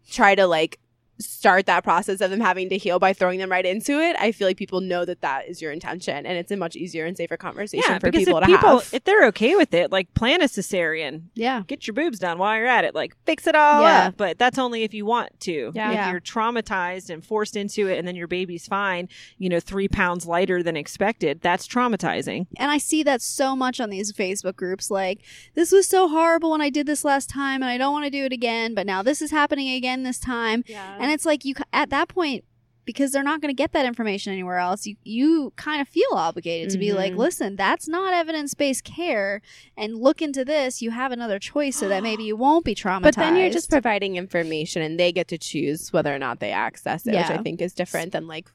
[SPEAKER 2] try to like start that process of them having to heal by throwing them right into it, I feel like people know that that is your intention, and it's a much easier and safer conversation
[SPEAKER 3] yeah,
[SPEAKER 2] for
[SPEAKER 3] because
[SPEAKER 2] people
[SPEAKER 3] if
[SPEAKER 2] to
[SPEAKER 3] people
[SPEAKER 2] have.
[SPEAKER 3] if they're okay with it, like plan a cesarean,
[SPEAKER 1] Yeah.
[SPEAKER 3] get your boobs done while you're at it, like fix it all
[SPEAKER 1] Yeah.
[SPEAKER 3] up. But that's only if you want to.
[SPEAKER 2] Yeah.
[SPEAKER 3] If
[SPEAKER 1] Yeah.
[SPEAKER 3] you're traumatized and forced into it, and then your baby's fine, you know, three pounds lighter than expected, that's traumatizing.
[SPEAKER 1] And I see that so much on these Facebook groups. Like, this was so horrible when I did this last time, and I don't want to do it again, but now this is happening again this time.
[SPEAKER 2] yeah.
[SPEAKER 1] And it's like, you ca- at that point, because they're not going to get that information anywhere else, you, you kind of feel obligated to be like,
[SPEAKER 2] Mhm.
[SPEAKER 1] listen, that's not evidence based care. And look into this. You have another choice so that maybe you won't be traumatized.
[SPEAKER 2] But then you're just providing information, and they get to choose whether or not they access it, which
[SPEAKER 1] Yeah.
[SPEAKER 2] I think is different than like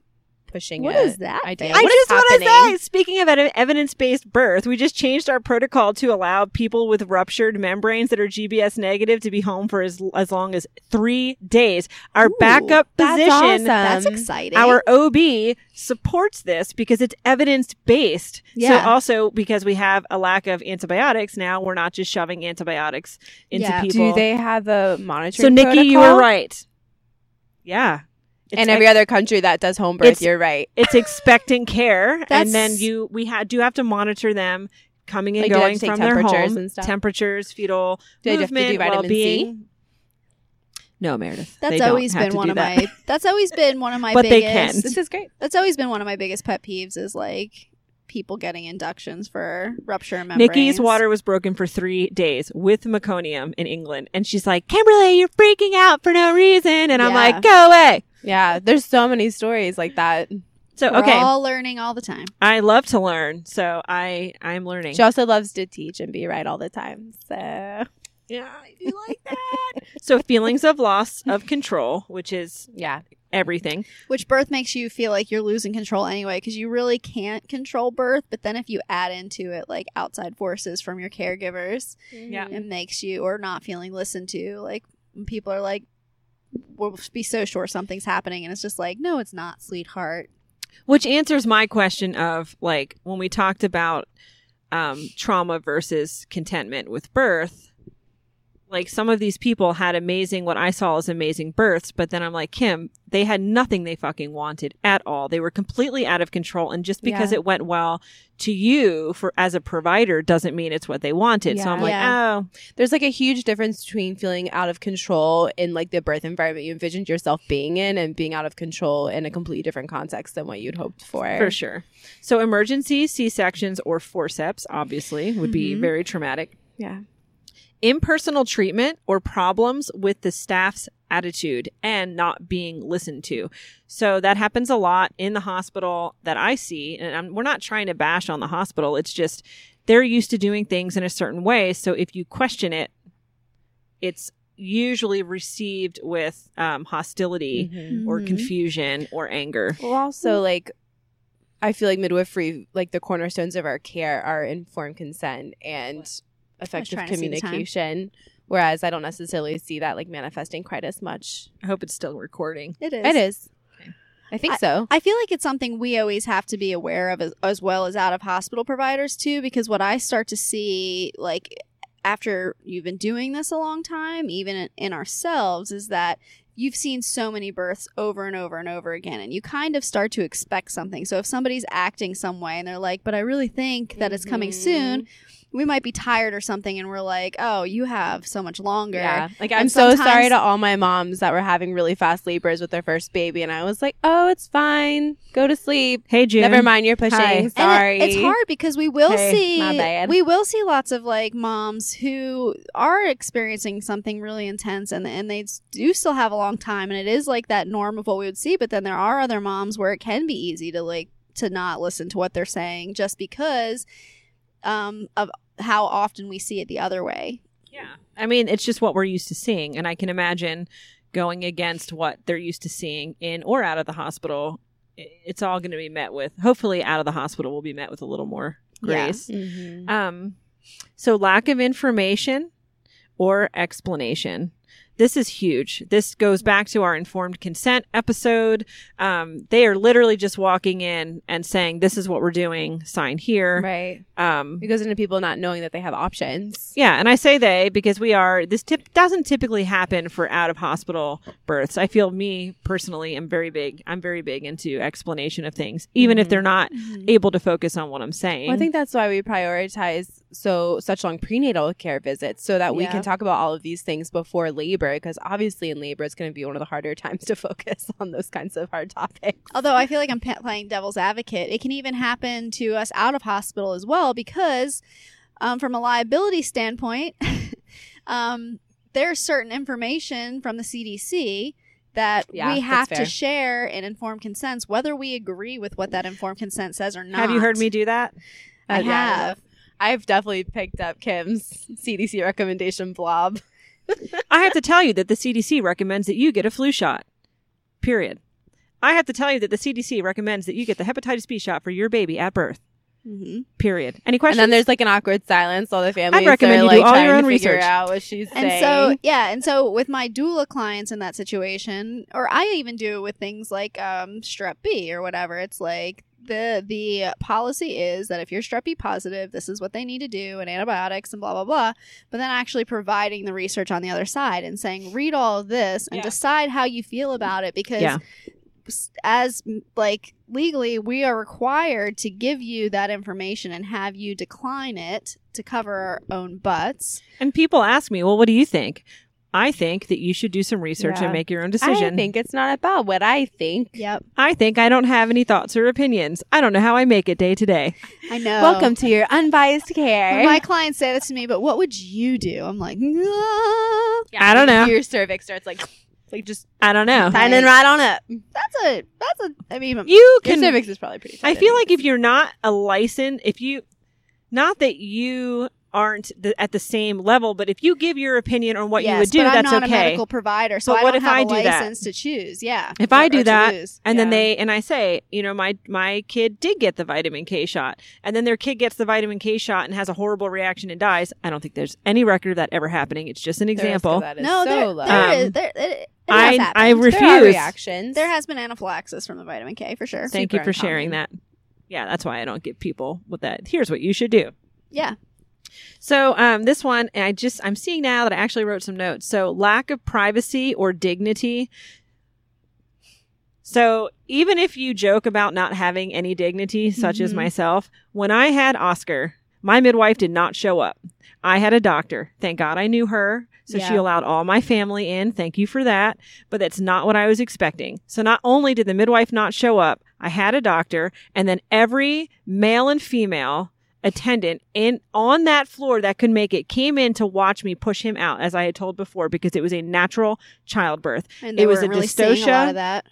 [SPEAKER 2] pushing.
[SPEAKER 1] What
[SPEAKER 2] a
[SPEAKER 1] is that
[SPEAKER 2] Idea.
[SPEAKER 1] thing?
[SPEAKER 2] What
[SPEAKER 3] I
[SPEAKER 2] is
[SPEAKER 3] just want to say,
[SPEAKER 2] happening?
[SPEAKER 3] speaking of evidence based birth, we just changed our protocol to allow people with ruptured membranes that are GBS negative to be home for as, as long as three days. Our
[SPEAKER 1] Ooh,
[SPEAKER 3] backup
[SPEAKER 2] that's
[SPEAKER 3] position,
[SPEAKER 1] that's
[SPEAKER 2] um,
[SPEAKER 1] exciting.
[SPEAKER 3] our OB, supports this because it's evidence based.
[SPEAKER 1] Yeah.
[SPEAKER 3] So, also because we have a lack of antibiotics now, we're not just shoving antibiotics into
[SPEAKER 1] Yeah. Do
[SPEAKER 3] people.
[SPEAKER 2] Do they have a monitoring?
[SPEAKER 3] so, Nikki, you
[SPEAKER 2] protocol?
[SPEAKER 3] were right. Yeah. It's
[SPEAKER 2] and every other country that does home birth,
[SPEAKER 3] It's-
[SPEAKER 2] you're right.
[SPEAKER 3] it's expecting care
[SPEAKER 1] That's-
[SPEAKER 3] and then you we ha- do have to monitor them coming and
[SPEAKER 2] Like, do they have
[SPEAKER 3] going
[SPEAKER 2] to take
[SPEAKER 3] from their
[SPEAKER 2] temperatures
[SPEAKER 3] home
[SPEAKER 2] and stuff?
[SPEAKER 3] temperatures fetal
[SPEAKER 2] Do they have to
[SPEAKER 3] movement
[SPEAKER 2] do vitamin C?
[SPEAKER 3] well-being no meredith They
[SPEAKER 1] That's
[SPEAKER 3] don't
[SPEAKER 1] always
[SPEAKER 3] have
[SPEAKER 1] been
[SPEAKER 3] to
[SPEAKER 1] one
[SPEAKER 3] do
[SPEAKER 1] of
[SPEAKER 3] that.
[SPEAKER 1] my. That's always been one of my.
[SPEAKER 3] But they
[SPEAKER 1] biggest,
[SPEAKER 3] can.
[SPEAKER 2] This is great.
[SPEAKER 1] That's always been one of my biggest pet peeves is like people getting inductions for rupture and membranes.
[SPEAKER 3] Nikki's water was broken for three days with meconium in England. And she's like, Kimberly, you're freaking out for no reason. And I'm
[SPEAKER 1] Yeah.
[SPEAKER 3] like, go away.
[SPEAKER 2] Yeah, there's so many stories like that.
[SPEAKER 3] So,
[SPEAKER 1] We're
[SPEAKER 3] okay.
[SPEAKER 1] all learning all the time.
[SPEAKER 3] I love to learn. So I, I'm learning.
[SPEAKER 2] She also loves to teach and be right all the time. So
[SPEAKER 3] yeah, I do like that. so feelings of loss of control, which is
[SPEAKER 2] yeah,
[SPEAKER 3] everything.
[SPEAKER 1] Which birth makes you feel like you're losing control anyway because you really can't control birth. But then if you add into it like outside forces from your caregivers,
[SPEAKER 2] Mm-hmm.
[SPEAKER 3] Yeah.
[SPEAKER 1] it makes you or not feeling listened to. Like when people are like, "We'll be so sure something's happening," and it's just like, "No, it's not, sweetheart."
[SPEAKER 3] Which answers my question of like when we talked about um, trauma versus contentment with birth. Like some of these people had amazing, what I saw as amazing births, but then I'm like, Kim, they had nothing they fucking wanted at all. They were completely out of control. And just because
[SPEAKER 2] Yeah.
[SPEAKER 3] it went well to you for as a provider doesn't mean it's what they wanted. So I'm
[SPEAKER 2] Yeah.
[SPEAKER 3] like,
[SPEAKER 1] Yeah.
[SPEAKER 3] oh,
[SPEAKER 2] there's like a huge difference between feeling out of control in like the birth environment you envisioned yourself being in and being out of control in a completely different context than what you'd hoped for.
[SPEAKER 3] for sure. So emergency C sections or forceps, obviously, would be
[SPEAKER 1] Mhm.
[SPEAKER 3] very traumatic.
[SPEAKER 2] Yeah.
[SPEAKER 3] impersonal treatment or problems with the staff's attitude and not being listened to. So that happens a lot in the hospital that I see. And I'm, we're not trying to bash on the hospital. It's just they're used to doing things in a certain way. So if you question it, it's usually received with um, hostility
[SPEAKER 2] Mm-hmm.
[SPEAKER 3] or
[SPEAKER 1] Mhm.
[SPEAKER 3] confusion or anger.
[SPEAKER 2] Well, also like I feel like midwifery, like the cornerstones of our care are informed consent and effective
[SPEAKER 1] trying to see the time.
[SPEAKER 2] communication. Whereas I don't necessarily see that like manifesting quite as much.
[SPEAKER 3] I hope it's still recording.
[SPEAKER 1] It is.
[SPEAKER 2] It is. I think so.
[SPEAKER 1] I feel like it's something we always have to be aware of as, as well as out of hospital providers too, because what I start to see, like after you've been doing this a long time, even in, in ourselves, is that you've seen so many births over and over and over again, and you kind of start to expect something. So if somebody's acting some way and they're like, but I really think that it's coming
[SPEAKER 2] Mhm.
[SPEAKER 1] soon, we might be tired or something, and we're like, oh, you have so much longer.
[SPEAKER 2] Yeah. Like
[SPEAKER 1] And
[SPEAKER 2] I'm so sorry
[SPEAKER 1] sometimes-
[SPEAKER 2] to all my moms that were having really fast labors with their first baby and I was like, "Oh, it's fine. Go to sleep.
[SPEAKER 3] Hey, June.
[SPEAKER 2] Never mind, you're pushing.
[SPEAKER 3] Hi. And it-
[SPEAKER 1] And it-
[SPEAKER 2] Sorry."
[SPEAKER 1] it's hard because we will
[SPEAKER 3] Hey,
[SPEAKER 2] my
[SPEAKER 1] see
[SPEAKER 2] bad.
[SPEAKER 1] we will see lots of like moms who are experiencing something really intense and and they s- do still have a long time and it is like that norm of what we would see but then there are other moms where it can be easy to like to not listen to what they're saying just because um of how often we see it the other way.
[SPEAKER 3] Yeah. I mean, it's just what we're used to seeing. And I can imagine going against what they're used to seeing in or out of the hospital. i- It's all going to be met with, hopefully, out of the hospital will be met with a little more
[SPEAKER 1] Yeah.
[SPEAKER 3] grace.
[SPEAKER 1] Mm-hmm.
[SPEAKER 2] Mhm.
[SPEAKER 3] Um, so, lack of information or explanation. This is huge. This goes back to our informed consent episode. Um, they are literally just walking in and saying, "This is what we're doing. Sign here."
[SPEAKER 2] Right.
[SPEAKER 3] Um,
[SPEAKER 2] It goes into people not knowing that they have options.
[SPEAKER 3] yeah, and I say they because we are. This tip doesn't typically happen for out of hospital births. I feel me personally. I'm very big. I'm very big into explanation of things, even if
[SPEAKER 2] Mhm.
[SPEAKER 3] they're not able to focus on what I'm saying.
[SPEAKER 2] Well, I think that's why we prioritize so such long prenatal care visits so that we
[SPEAKER 1] Yeah.
[SPEAKER 2] can talk about all of these things before labor because obviously in labor it's going to be one of the harder times to focus on those kinds of hard topics.
[SPEAKER 1] Although I feel like I'm pa- playing devil's advocate, it can even happen to us out of hospital as well because, um, from a liability standpoint, um, there's certain information from the CDC that
[SPEAKER 2] Yeah,
[SPEAKER 1] we
[SPEAKER 2] that's
[SPEAKER 1] have to
[SPEAKER 2] fair.
[SPEAKER 1] share in informed consents, whether we agree with what that informed consent says or not.
[SPEAKER 3] Have you heard me do that?
[SPEAKER 1] I
[SPEAKER 2] Uh, yeah, I
[SPEAKER 1] have.
[SPEAKER 2] love- I've definitely picked up Kim's CDC recommendation blob.
[SPEAKER 3] I have to tell you that the CDC recommends that you get a flu shot. Period. I have to tell you that the CDC recommends that you get the hepatitis B shot for your baby at birth.
[SPEAKER 1] Mhm.
[SPEAKER 3] Period. Any
[SPEAKER 2] And
[SPEAKER 3] questions?
[SPEAKER 2] then there's like an awkward silence. All the families
[SPEAKER 3] recommend
[SPEAKER 2] are
[SPEAKER 3] you do
[SPEAKER 2] like
[SPEAKER 3] all your
[SPEAKER 2] trying
[SPEAKER 3] own
[SPEAKER 2] to figure
[SPEAKER 3] research.
[SPEAKER 2] out what she's
[SPEAKER 1] And
[SPEAKER 2] saying.
[SPEAKER 1] so, yeah, and so with my doula clients in that situation, or I even do it with things like um, strep B or whatever. It's like the the policy is that if you're strep B positive, this is what they need to do, and antibiotics and blah blah blah. But then actually providing the research on the other side and saying, read all of this and
[SPEAKER 2] Yeah.
[SPEAKER 1] decide how you feel about it, because
[SPEAKER 3] Yeah.
[SPEAKER 1] s- as m- like legally we are required to give you that information and have you decline it to cover our own butts
[SPEAKER 3] and people ask me, well, what do you think? I think that you should do some research
[SPEAKER 2] Yeah.
[SPEAKER 3] and make your own
[SPEAKER 2] I
[SPEAKER 3] decision.
[SPEAKER 2] think it's not about what I think.
[SPEAKER 1] yep
[SPEAKER 3] I think I don't have any thoughts or opinions. I don't know how I make it day to day.
[SPEAKER 1] I know.
[SPEAKER 2] Welcome to your unbiased
[SPEAKER 1] When
[SPEAKER 2] care.
[SPEAKER 1] My clients say that to me, but what would you do? I'm like, "Nah,
[SPEAKER 3] I don't know.
[SPEAKER 2] Your cervix starts like like just
[SPEAKER 3] I don't know.
[SPEAKER 1] That- Signing
[SPEAKER 2] right on up.
[SPEAKER 1] that's a that's a. I mean,
[SPEAKER 3] You
[SPEAKER 2] Your
[SPEAKER 3] can
[SPEAKER 2] cervix is probably pretty.
[SPEAKER 3] I feel like if you're not a licensed, if you, not that you aren't the, at the same level, but if you give your opinion on what
[SPEAKER 1] yes,
[SPEAKER 3] you would do,
[SPEAKER 1] but I'm
[SPEAKER 3] that's
[SPEAKER 1] not
[SPEAKER 3] okay.
[SPEAKER 1] a medical provider, so
[SPEAKER 3] But
[SPEAKER 1] I
[SPEAKER 3] what
[SPEAKER 1] don't
[SPEAKER 3] if
[SPEAKER 1] have
[SPEAKER 3] I
[SPEAKER 1] a
[SPEAKER 3] do that?
[SPEAKER 1] license to choose. Yeah,
[SPEAKER 3] If I
[SPEAKER 1] or-
[SPEAKER 3] do
[SPEAKER 1] or to
[SPEAKER 3] that,
[SPEAKER 1] lose.
[SPEAKER 3] and then
[SPEAKER 2] Yeah.
[SPEAKER 3] they and I say, you know, my my kid did get the vitamin K shot, and then their kid gets the vitamin K shot and has a horrible reaction and dies. I don't think there's any record of that ever happening. It's just an example.
[SPEAKER 1] no,
[SPEAKER 2] so
[SPEAKER 1] there,
[SPEAKER 2] low.
[SPEAKER 1] there
[SPEAKER 3] Um,
[SPEAKER 1] is- there, it, it has
[SPEAKER 3] I
[SPEAKER 1] happened.
[SPEAKER 3] I
[SPEAKER 2] There are
[SPEAKER 3] refuse.
[SPEAKER 2] reactions.
[SPEAKER 1] there has been anaphylaxis from the vitamin K for sure.
[SPEAKER 3] Thank you
[SPEAKER 2] Super
[SPEAKER 3] for sharing that. Yeah, that's why I don't give people with that. Here's what you should do.
[SPEAKER 1] Yeah,
[SPEAKER 3] So um, this one, and I just I'm seeing now that I actually wrote some notes. So lack of privacy or dignity. So even if you joke about not having any dignity, such as
[SPEAKER 1] Mhm.
[SPEAKER 3] myself, when I had Oscar, my midwife did not show up. I had a doctor. Thank God I knew her. So she
[SPEAKER 1] Yeah.
[SPEAKER 3] allowed all my family in. Thank you for that. But that's not what I was expecting. So not only did the midwife not show up, I had a doctor, and then every male and female attendant in on that floor that could make it came in to watch me push him out, as I had told before, because it was a natural childbirth.
[SPEAKER 1] and they
[SPEAKER 3] It was
[SPEAKER 1] weren't
[SPEAKER 3] a
[SPEAKER 1] really seeing a lot
[SPEAKER 3] dystocia.
[SPEAKER 1] of that.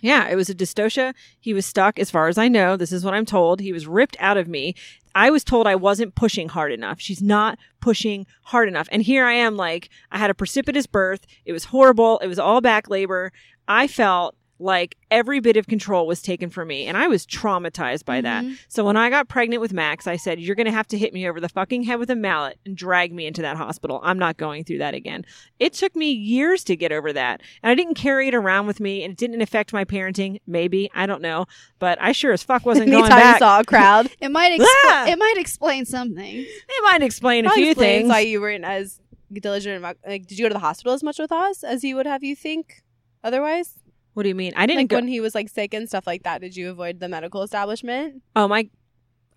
[SPEAKER 3] Yeah, it was a dystocia. He was stuck, as far as I know. This is what I'm told. He was ripped out of me. I was told I wasn't pushing hard enough. She's not pushing hard enough. And here I am, like, I had a precipitous birth. It was horrible. It was all back labor. I felt like every bit of control was taken from me, and I was traumatized by that.
[SPEAKER 1] Mhm.
[SPEAKER 3] So when I got pregnant with Max, I said, You're going to have to hit me over the fucking head with a mallet and drag me into that hospital. I'm not going through that again. It took me years to get over that. And I didn't carry it around with me and it didn't affect my parenting. Maybe. I don't know. But I sure as fuck wasn't going
[SPEAKER 2] Anytime you
[SPEAKER 3] back.
[SPEAKER 2] saw a crowd,
[SPEAKER 1] It might expl-
[SPEAKER 3] Ah!
[SPEAKER 1] it might explain something.
[SPEAKER 3] They might explain a
[SPEAKER 2] probably
[SPEAKER 3] few
[SPEAKER 2] explains
[SPEAKER 3] things.
[SPEAKER 2] why you weren't as diligent. About, like, did you go to the hospital as much with Oz as he would have you think? Otherwise,
[SPEAKER 3] what do you mean? I didn't
[SPEAKER 2] like
[SPEAKER 3] go.
[SPEAKER 2] when he was like sick and stuff like that, did you avoid the medical establishment?
[SPEAKER 3] oh, my.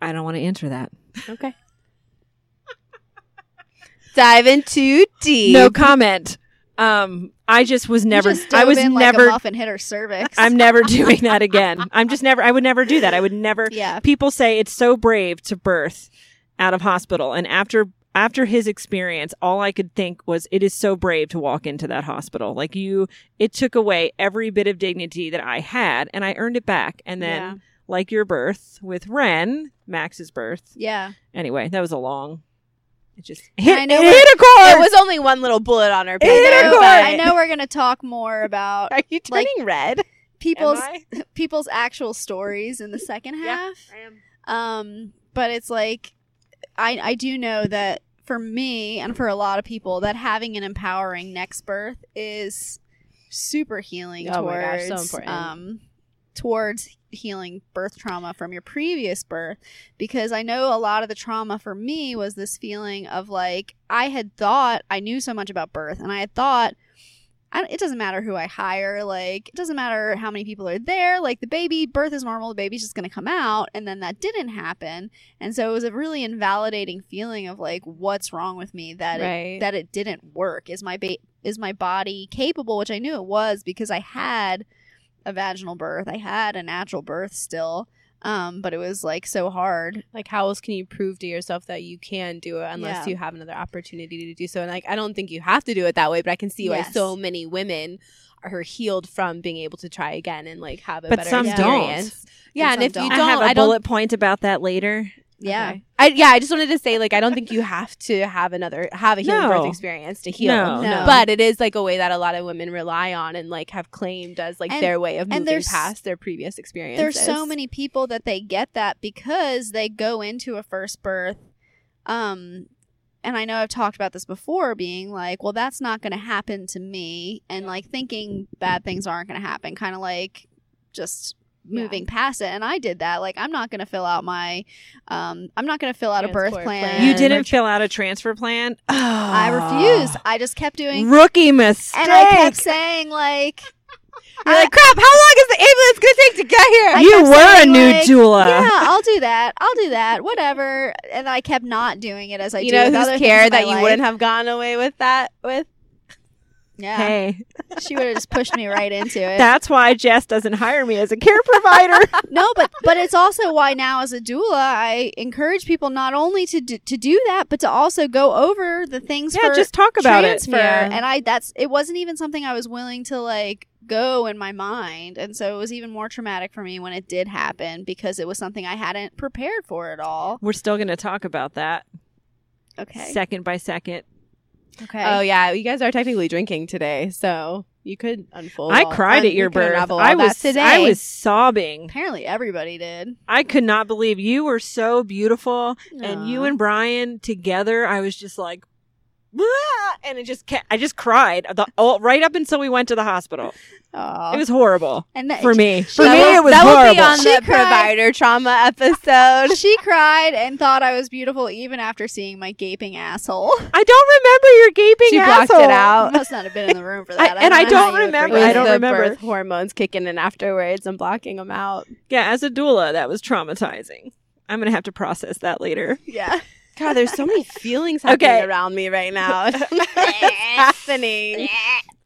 [SPEAKER 3] I don't want to answer that.
[SPEAKER 2] Okay. Diving too deep.
[SPEAKER 3] No comment. Um, I just was
[SPEAKER 1] You
[SPEAKER 3] never.
[SPEAKER 1] just
[SPEAKER 3] I
[SPEAKER 1] dove
[SPEAKER 3] was
[SPEAKER 1] in like
[SPEAKER 3] never.
[SPEAKER 1] a muff and hit her cervix.
[SPEAKER 3] I'm never doing that again. I'm just never. I would never do that. I would never.
[SPEAKER 1] yeah,
[SPEAKER 3] people say it's so brave to birth out of hospital and after after his experience all i could think was it is so brave to walk into that hospital like you it took away every bit of dignity that i had and i earned it back and then
[SPEAKER 1] Yeah.
[SPEAKER 3] like your birth with ren max's birth
[SPEAKER 1] yeah.
[SPEAKER 3] anyway that was a long it just hit,
[SPEAKER 1] I know
[SPEAKER 3] it
[SPEAKER 1] we're-
[SPEAKER 3] hit a
[SPEAKER 2] There
[SPEAKER 3] chord
[SPEAKER 2] was only one little bullet on her.
[SPEAKER 1] I
[SPEAKER 3] Ew,
[SPEAKER 1] know,
[SPEAKER 3] but-
[SPEAKER 1] I know we're gonna talk more about
[SPEAKER 2] Are you
[SPEAKER 1] Like-
[SPEAKER 2] turning red?
[SPEAKER 1] people's
[SPEAKER 3] Am I?
[SPEAKER 1] people's actual stories in the second
[SPEAKER 3] Yeah.
[SPEAKER 1] half. Um, but it's like I I do know that for me and for a lot of people that having an empowering next birth is super healing
[SPEAKER 2] Oh my
[SPEAKER 1] towards
[SPEAKER 2] gosh, so important.
[SPEAKER 1] um towards healing birth trauma from your previous birth because I know a lot of the trauma for me was this feeling of like I had thought I knew so much about birth and I had thought I, it doesn't matter who I hire like it doesn't matter how many people are there like the baby birth is normal the baby's just going to come out and then that didn't happen and so it was a really invalidating feeling of like what's wrong with me that it
[SPEAKER 2] right.
[SPEAKER 1] that it didn't work is my ba- is my body capable which i knew it was because i had a vaginal birth i had a natural birth still um but it was like so hard
[SPEAKER 2] like how else can you prove to yourself that you can do it unless
[SPEAKER 1] Yeah.
[SPEAKER 2] you have another opportunity to do so and like i don't think you have to do it that way but i can see why
[SPEAKER 1] Yes.
[SPEAKER 2] so many women are healed from being able to try again and like have a
[SPEAKER 3] But
[SPEAKER 2] better
[SPEAKER 3] some don't.
[SPEAKER 2] experience yeah
[SPEAKER 1] And
[SPEAKER 2] and, if
[SPEAKER 1] some
[SPEAKER 2] you
[SPEAKER 1] don't.
[SPEAKER 2] don't
[SPEAKER 3] I
[SPEAKER 2] i,
[SPEAKER 3] have a
[SPEAKER 2] don't
[SPEAKER 3] bullet point about that later.
[SPEAKER 1] yeah
[SPEAKER 2] Okay. I, yeah i just wanted to say like i don't think you have to have another have a healing
[SPEAKER 3] No.
[SPEAKER 2] birth experience to heal
[SPEAKER 3] No,
[SPEAKER 1] No.
[SPEAKER 2] But it is like a way that a lot of women rely on and like have claimed as like
[SPEAKER 1] And-
[SPEAKER 2] their way of
[SPEAKER 1] and
[SPEAKER 2] moving
[SPEAKER 1] there's-
[SPEAKER 2] past their previous experiences.
[SPEAKER 1] there's so many people that they get that because they go into a first birth um and I know I've talked about this before being like, well, that's not going to happen to me. And like thinking bad things aren't going to happen, kind of like just
[SPEAKER 2] Yeah.
[SPEAKER 1] moving past it. And I did that. Like, I'm not going to fill out my, um, I'm not going to fill out a birth
[SPEAKER 2] Transport
[SPEAKER 1] plan.
[SPEAKER 2] plan.
[SPEAKER 3] you
[SPEAKER 2] And-
[SPEAKER 3] didn't fill out a transfer plan. Oh,
[SPEAKER 1] I refused. I just kept doing,
[SPEAKER 3] Rookie mistake.
[SPEAKER 1] and I kept saying, like,
[SPEAKER 2] You're like, crap, how long is the ambulance gonna take to get here?
[SPEAKER 1] I
[SPEAKER 3] you
[SPEAKER 1] kept
[SPEAKER 3] were a
[SPEAKER 1] saying,
[SPEAKER 3] new
[SPEAKER 1] like,
[SPEAKER 3] doula.
[SPEAKER 1] yeah, I'll do that. I'll do that. Whatever. And I kept not doing it as I
[SPEAKER 2] you
[SPEAKER 1] do
[SPEAKER 2] know
[SPEAKER 1] with other
[SPEAKER 2] who's
[SPEAKER 1] things in
[SPEAKER 2] cared
[SPEAKER 1] my
[SPEAKER 2] that you
[SPEAKER 1] life.
[SPEAKER 2] wouldn't have gone away with that with?
[SPEAKER 1] Yeah.
[SPEAKER 3] Hey,
[SPEAKER 1] she would have just pushed me right into it.
[SPEAKER 3] that's why Jess doesn't hire me as a care provider.
[SPEAKER 1] no, but but it's also why now as a doula, I encourage people not only to do, to do that, but to also go over the things
[SPEAKER 3] yeah,
[SPEAKER 1] for
[SPEAKER 3] just talk about it.
[SPEAKER 1] transfer.
[SPEAKER 2] Yeah.
[SPEAKER 1] And I that's it wasn't even something I was willing to like go in my mind, and so it was even more traumatic for me when it did happen because it was something I hadn't prepared for at all.
[SPEAKER 3] We're still going to talk about that
[SPEAKER 1] Okay,
[SPEAKER 3] second by second.
[SPEAKER 1] okay.
[SPEAKER 2] Oh yeah, you guys are technically drinking today, so you could unfold.
[SPEAKER 3] I
[SPEAKER 2] all-
[SPEAKER 3] cried
[SPEAKER 2] un-
[SPEAKER 3] at your
[SPEAKER 2] you could
[SPEAKER 3] birth.
[SPEAKER 2] unravel all
[SPEAKER 3] I
[SPEAKER 2] that
[SPEAKER 3] was
[SPEAKER 2] today.
[SPEAKER 3] I was sobbing.
[SPEAKER 1] Apparently, everybody did.
[SPEAKER 3] I could not believe you were so beautiful, and you
[SPEAKER 1] Aw.
[SPEAKER 3] and Brian together. I was just like, "Blah," and it just ca- I just cried the, all, right up until we went to the hospital.
[SPEAKER 1] Aw.
[SPEAKER 3] It was horrible
[SPEAKER 1] and that,
[SPEAKER 3] for me. For
[SPEAKER 2] That
[SPEAKER 3] me,
[SPEAKER 2] will-
[SPEAKER 3] it was
[SPEAKER 2] that will be
[SPEAKER 3] horrible.
[SPEAKER 2] on
[SPEAKER 1] She
[SPEAKER 2] the
[SPEAKER 1] cried.
[SPEAKER 2] provider trauma episode.
[SPEAKER 1] She cried and thought I was beautiful even after seeing my gaping asshole.
[SPEAKER 3] I don't remember your gaping
[SPEAKER 2] She blocked it
[SPEAKER 3] asshole.
[SPEAKER 1] I
[SPEAKER 2] out.
[SPEAKER 1] must not have been in the room for
[SPEAKER 3] I-
[SPEAKER 1] that.
[SPEAKER 3] and I
[SPEAKER 1] know how
[SPEAKER 3] don't
[SPEAKER 1] you would
[SPEAKER 3] remember-
[SPEAKER 1] forget
[SPEAKER 3] I
[SPEAKER 2] With
[SPEAKER 3] don't
[SPEAKER 2] the
[SPEAKER 3] remember.
[SPEAKER 2] birth hormones kicking in afterwards and blocking them out.
[SPEAKER 3] Yeah, as a doula, that was traumatizing. I'm gonna have to process that later.
[SPEAKER 1] it. Yeah.
[SPEAKER 2] God, there's so many feelings happening
[SPEAKER 3] Okay.
[SPEAKER 2] around me right now. it's happening.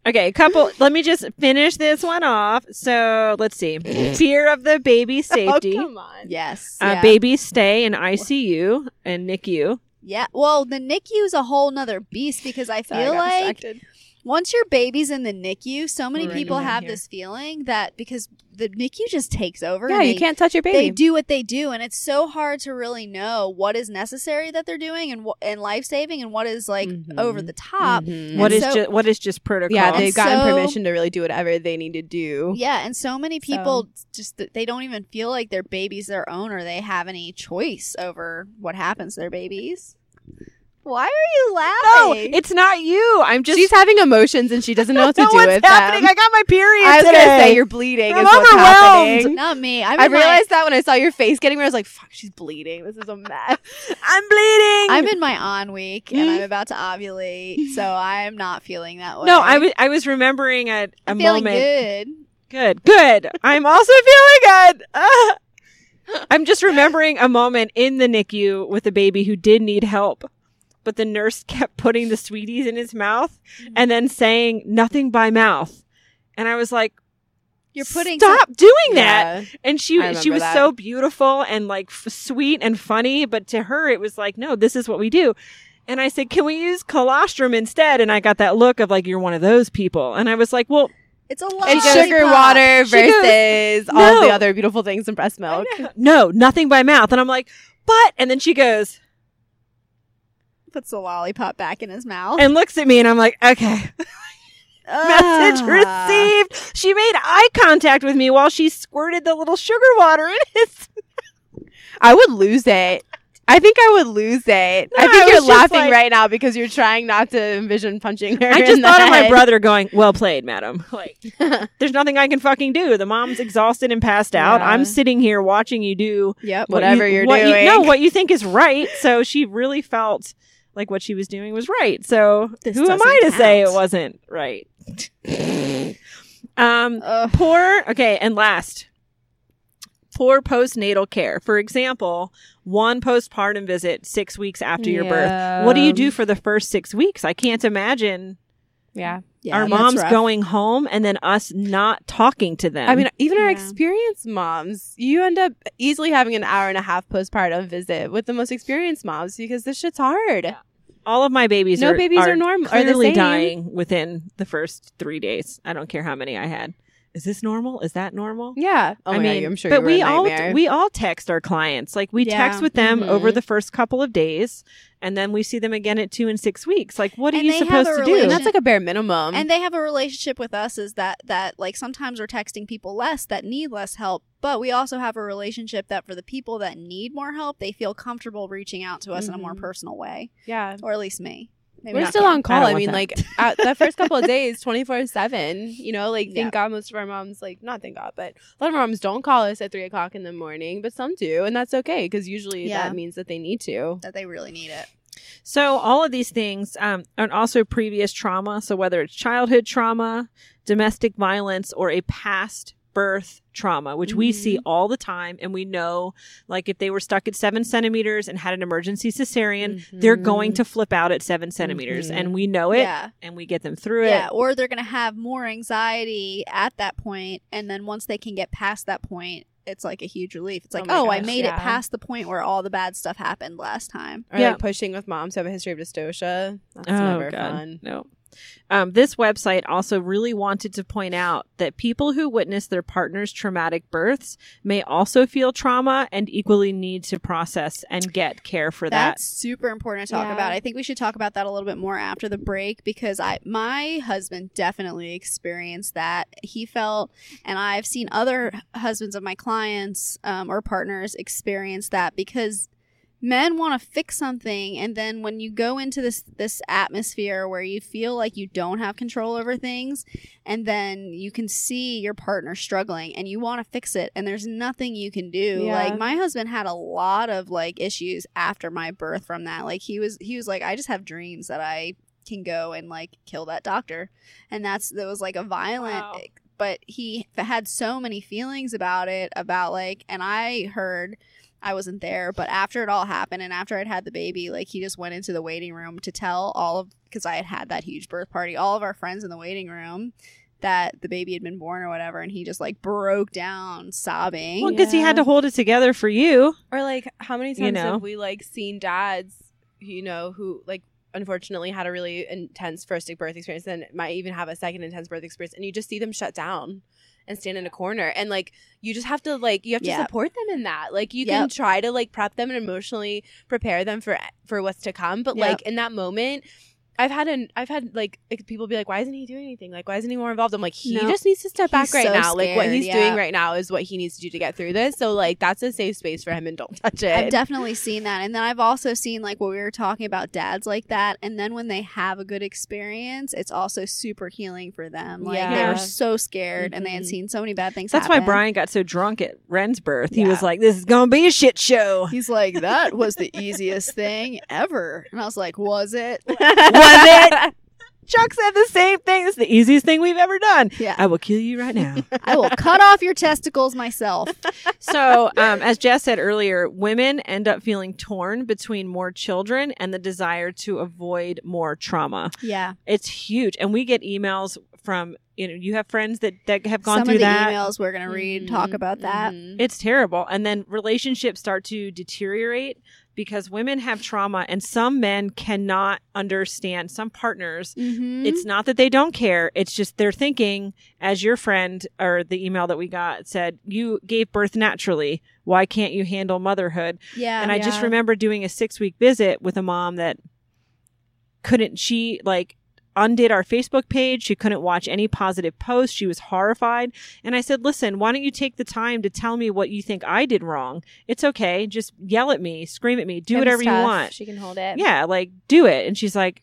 [SPEAKER 3] Okay, couple. let me just finish this one off. So let's see. Fear of the baby's safety.
[SPEAKER 2] Oh, come on.
[SPEAKER 1] Yes.
[SPEAKER 3] uh,
[SPEAKER 1] yeah.
[SPEAKER 3] Babies stay in ICU and NICU.
[SPEAKER 1] yeah. Well, the NICU is a whole nother beast because I
[SPEAKER 2] Sorry, I
[SPEAKER 1] feel
[SPEAKER 2] got
[SPEAKER 1] like
[SPEAKER 2] distracted.
[SPEAKER 1] once your baby's in the NICU, so many
[SPEAKER 3] We're right
[SPEAKER 1] people
[SPEAKER 3] in
[SPEAKER 1] have
[SPEAKER 3] here.
[SPEAKER 1] this feeling that because the NICU just takes over.
[SPEAKER 2] yeah,
[SPEAKER 1] and
[SPEAKER 2] you
[SPEAKER 1] they-
[SPEAKER 2] can't touch your
[SPEAKER 1] They
[SPEAKER 2] baby.
[SPEAKER 1] do what they do, and it's so hard to really know what is necessary that they're doing and wh- and life saving, and what is like
[SPEAKER 2] Mhm.
[SPEAKER 1] over
[SPEAKER 3] Mm-hmm.
[SPEAKER 1] the top.
[SPEAKER 2] Mhm.
[SPEAKER 1] And
[SPEAKER 3] What is
[SPEAKER 1] so-
[SPEAKER 3] ju- what is just protocol?
[SPEAKER 2] Yeah,
[SPEAKER 1] And
[SPEAKER 2] they've gotten
[SPEAKER 1] so-
[SPEAKER 2] permission to really do whatever they need to do.
[SPEAKER 3] Mm-hmm.
[SPEAKER 1] Yeah, and so many
[SPEAKER 2] So-
[SPEAKER 1] people just th- they don't even feel like their baby's their own or they have any choice over what happens to their babies. Why are you
[SPEAKER 3] no,
[SPEAKER 1] laughing?
[SPEAKER 3] it's not you. I'm just
[SPEAKER 2] She's having emotions and she doesn't know what to
[SPEAKER 3] no
[SPEAKER 2] do
[SPEAKER 3] one's
[SPEAKER 2] with
[SPEAKER 3] happening.
[SPEAKER 2] them.
[SPEAKER 3] I got my period
[SPEAKER 2] I was
[SPEAKER 3] today.
[SPEAKER 2] gonna say you're bleeding.
[SPEAKER 3] I'm
[SPEAKER 2] is what's
[SPEAKER 3] overwhelmed.
[SPEAKER 2] happening.
[SPEAKER 1] not me. I'm
[SPEAKER 2] I
[SPEAKER 1] in my-
[SPEAKER 2] realized that when I saw your face getting red, I was like, "Fuck, she's bleeding. This is a mess."
[SPEAKER 3] I'm bleeding.
[SPEAKER 1] I'm in my on week and
[SPEAKER 2] Mhm.
[SPEAKER 1] I'm about to ovulate, so I'm not feeling that way.
[SPEAKER 3] Mm-hmm. no, I was I was remembering a, a
[SPEAKER 1] I'm feeling
[SPEAKER 3] moment.
[SPEAKER 1] good.
[SPEAKER 3] Good, good. I'm also feeling good. Ah. I'm just remembering a moment in the NICU with a baby who did need help, but the nurse kept putting the sweeties in his mouth and then saying nothing by mouth. And I was like,
[SPEAKER 1] You're putting some-
[SPEAKER 3] stop doing that. And she
[SPEAKER 2] I
[SPEAKER 3] she
[SPEAKER 2] remember
[SPEAKER 3] was
[SPEAKER 2] that.
[SPEAKER 3] so beautiful and like f- sweet and funny, but to her it was like, no, this is what we do. And I said, can we use colostrum instead? And I got that look of like, you're one of those people. And I was like, well,
[SPEAKER 1] it's a
[SPEAKER 2] Yeah.
[SPEAKER 1] lot.
[SPEAKER 2] And sugar water
[SPEAKER 3] She goes,
[SPEAKER 2] versus all the
[SPEAKER 3] "No."
[SPEAKER 2] other beautiful things in breast milk.
[SPEAKER 3] no, nothing by mouth. And I'm like, but, and then she goes
[SPEAKER 1] puts the lollipop back in his mouth.
[SPEAKER 3] and looks at me and I'm like, okay, message
[SPEAKER 1] Ah.
[SPEAKER 3] received. She made eye contact with me while she squirted the little sugar water in his.
[SPEAKER 2] I would lose it. I think I would lose it.
[SPEAKER 3] No,
[SPEAKER 2] I think
[SPEAKER 3] I
[SPEAKER 2] you're
[SPEAKER 3] was just
[SPEAKER 2] laughing
[SPEAKER 3] like-
[SPEAKER 2] right now because you're trying not to envision punching her.
[SPEAKER 3] I just
[SPEAKER 2] in the
[SPEAKER 3] thought of my
[SPEAKER 2] head.
[SPEAKER 3] brother going, "Well played, madam." Like, there's nothing I can fucking do. The mom's exhausted and passed out.
[SPEAKER 2] Yeah.
[SPEAKER 3] I'm sitting here watching you do
[SPEAKER 1] Yep.
[SPEAKER 3] what
[SPEAKER 2] Whatever
[SPEAKER 3] you,
[SPEAKER 2] you're
[SPEAKER 3] what You, no,
[SPEAKER 2] doing.
[SPEAKER 3] what you think is right. So she really felt like what she was doing was right. So
[SPEAKER 1] This
[SPEAKER 3] who am
[SPEAKER 1] doesn't
[SPEAKER 3] I to say it
[SPEAKER 1] count.
[SPEAKER 3] wasn't right? um,
[SPEAKER 1] Ugh.
[SPEAKER 3] poor okay and last poor postnatal care for example one postpartum visit six weeks after your birth what do you do for the first six weeks i can't imagine
[SPEAKER 2] Yeah.
[SPEAKER 1] Yeah,
[SPEAKER 3] our
[SPEAKER 1] that's
[SPEAKER 3] moms
[SPEAKER 1] rough.
[SPEAKER 3] going home and then us not talking to them
[SPEAKER 2] I mean, even
[SPEAKER 1] Yeah.
[SPEAKER 2] our experienced moms, you end up easily having an hour and a half postpartum visit with the most experienced moms because this shit's hard.
[SPEAKER 3] Yeah. all of my babies
[SPEAKER 2] No
[SPEAKER 3] are,
[SPEAKER 2] babies are norm- are the
[SPEAKER 3] clearly
[SPEAKER 2] same.
[SPEAKER 3] dying within the first three days i don't care how many i had is this normal is that normal
[SPEAKER 2] Yeah. Oh
[SPEAKER 3] I
[SPEAKER 2] my God,
[SPEAKER 3] mean,
[SPEAKER 2] I'm sure
[SPEAKER 3] but
[SPEAKER 2] you were
[SPEAKER 3] we
[SPEAKER 2] a
[SPEAKER 3] all
[SPEAKER 2] nightmare.
[SPEAKER 3] we all text our clients. Like we
[SPEAKER 1] Yeah.
[SPEAKER 3] text with them over
[SPEAKER 2] Mhm.
[SPEAKER 3] the first couple of days, and then we see them again at two and six weeks. Like, what are
[SPEAKER 1] And
[SPEAKER 3] you
[SPEAKER 1] they have
[SPEAKER 3] supposed
[SPEAKER 1] a
[SPEAKER 3] to
[SPEAKER 2] and
[SPEAKER 3] do?
[SPEAKER 1] relation-
[SPEAKER 2] that's like a bare minimum.
[SPEAKER 1] and they have a relationship with us is that that like sometimes we're texting people less that need less help but we also have a relationship that for the people that need more help they feel comfortable reaching out to us in a more
[SPEAKER 2] Mhm.
[SPEAKER 1] personal way
[SPEAKER 2] yeah.
[SPEAKER 1] or at least me Maybe
[SPEAKER 2] We're
[SPEAKER 1] not
[SPEAKER 2] still
[SPEAKER 1] you.
[SPEAKER 2] on call.
[SPEAKER 3] don't
[SPEAKER 2] I,
[SPEAKER 3] want
[SPEAKER 2] mean,
[SPEAKER 3] that.
[SPEAKER 2] like at the first couple of days, twenty four seven. You know, like thank
[SPEAKER 1] Yeah.
[SPEAKER 2] God most of our moms, like not thank God, but a lot of our moms don't call us at three o'clock in the morning, but some do, and that's okay because usually
[SPEAKER 1] Yeah.
[SPEAKER 2] that means that they need to.
[SPEAKER 1] that they really need it
[SPEAKER 3] so all of these things, um, and also previous trauma. So whether it's childhood trauma, domestic violence, or a past birth trauma, which we
[SPEAKER 1] Mhm.
[SPEAKER 3] see
[SPEAKER 2] Mm-hmm.
[SPEAKER 3] all the time, and we know, like if they were stuck at seven centimeters and had an emergency cesarean. They're going
[SPEAKER 2] Mm-hmm.
[SPEAKER 3] to flip out at seven centimeters,
[SPEAKER 2] Mhm.
[SPEAKER 3] and we know it,
[SPEAKER 1] yeah
[SPEAKER 3] and we get them through
[SPEAKER 1] yeah
[SPEAKER 3] it.
[SPEAKER 1] or they're gonna have more anxiety at that point and then once they can get past that point it's like a huge relief it's like
[SPEAKER 2] Oh
[SPEAKER 1] oh,
[SPEAKER 2] my
[SPEAKER 1] i
[SPEAKER 2] gosh,
[SPEAKER 1] made
[SPEAKER 2] yeah.
[SPEAKER 1] it past the point where all the bad stuff happened last time
[SPEAKER 2] Or
[SPEAKER 3] Yeah.
[SPEAKER 2] like pushing with moms who have a history of dystocia. That's
[SPEAKER 3] Oh,
[SPEAKER 2] never
[SPEAKER 3] God.
[SPEAKER 2] fun.
[SPEAKER 3] No. Um, this website also really wanted to point out that people who witness their partner's traumatic births may also feel trauma and equally need to process and get care for
[SPEAKER 1] That's
[SPEAKER 3] that.
[SPEAKER 1] super important to talk
[SPEAKER 2] Yeah.
[SPEAKER 1] about. I think we should talk about that a little bit more after the break because I my husband definitely experienced that. He felt, and I've seen other husbands of my clients um, or partners experience that because men want to fix something, and then when you go into this this atmosphere where you feel like you don't have control over things, and then you can see your partner struggling and you want to fix it and there's nothing you can do
[SPEAKER 2] Yeah.
[SPEAKER 1] like my husband had a lot of like issues after my birth from that like he was he was like i just have dreams that i can go and like kill that doctor and that's that was like a violent e,
[SPEAKER 3] Wow.
[SPEAKER 1] but he f- had so many feelings about it about like and i heard i wasn't there but after it all happened and after i'd had the baby like he just went into the waiting room to tell all of because i had had that huge birth party all of our friends in the waiting room that the baby had been born or whatever and he just like broke down sobbing
[SPEAKER 3] Well, because he had to hold it together for you.
[SPEAKER 2] Or like how many times
[SPEAKER 3] You know?
[SPEAKER 2] have we like seen dads, you know, who like unfortunately had a really intense first birth experience and might even have a second intense birth experience and you just see them shut down and stand in a corner and like you just have to like you have to
[SPEAKER 1] Yeah.
[SPEAKER 2] support them in that. Like you can
[SPEAKER 1] Yep.
[SPEAKER 2] try to like prep them and emotionally prepare them for for what's to come, but
[SPEAKER 1] Yep.
[SPEAKER 2] like in that moment I've had an I've had like ex- people be like, why isn't he doing anything? Like, why isn't he more involved? I'm like, he
[SPEAKER 1] No.
[SPEAKER 2] just needs to step back
[SPEAKER 1] He's
[SPEAKER 2] right
[SPEAKER 1] so
[SPEAKER 2] now. like, what
[SPEAKER 1] scared,
[SPEAKER 2] he's
[SPEAKER 1] yeah.
[SPEAKER 2] doing right now is what he needs to do to get through this. So, like, that's a safe space for him, and don't touch it.
[SPEAKER 1] I've definitely seen that. And then I've also seen like what we were talking about dads like that. And then when they have a good experience, it's also super healing for them. Like they
[SPEAKER 2] Yeah.
[SPEAKER 1] were so scared and they had
[SPEAKER 2] Mhm.
[SPEAKER 1] seen so many bad things.
[SPEAKER 3] Mm-hmm. That's why
[SPEAKER 1] happen.
[SPEAKER 3] Brian got so drunk at Ren's birth. He
[SPEAKER 1] Yeah.
[SPEAKER 3] was like, "This is gonna be a shit show."
[SPEAKER 1] He's like, that was the easiest thing ever. And I was like, was it?
[SPEAKER 3] Was it? Chuck said the same thing. This is the easiest thing we've ever done.
[SPEAKER 1] Yeah.
[SPEAKER 3] I will kill you right now.
[SPEAKER 1] I will cut off your testicles myself.
[SPEAKER 3] So, um, as Jess said earlier, women end up feeling torn between more children and the desire to avoid more trauma.
[SPEAKER 1] Yeah.
[SPEAKER 3] It's huge, and we get emails from you know you have friends that that have gone
[SPEAKER 1] Some
[SPEAKER 3] through
[SPEAKER 1] of the
[SPEAKER 3] that. Mm-hmm.
[SPEAKER 1] emails we're going to read
[SPEAKER 2] Mm-hmm.
[SPEAKER 1] talk about that.
[SPEAKER 3] It's terrible, and then relationships start to deteriorate because women have trauma, and some men cannot understand. Some partners
[SPEAKER 1] Mm-hmm.
[SPEAKER 3] it's not that they don't care. It's just they're thinking, as your friend or the email that we got said, you gave birth naturally. Why can't you handle motherhood?
[SPEAKER 1] yeah.
[SPEAKER 3] and I just
[SPEAKER 2] yeah.
[SPEAKER 3] remember doing a six week visit with a mom that couldn't, she like undid our Facebook page. She couldn't watch any positive posts. She was horrified. And I said, Listen, why don't you take the time to tell me what you think I did wrong? It's okay. Just yell at me, scream at me, do
[SPEAKER 1] It was
[SPEAKER 3] whatever you
[SPEAKER 1] tough.
[SPEAKER 3] want.
[SPEAKER 1] She can hold it.
[SPEAKER 3] Yeah, like do it. And she's like,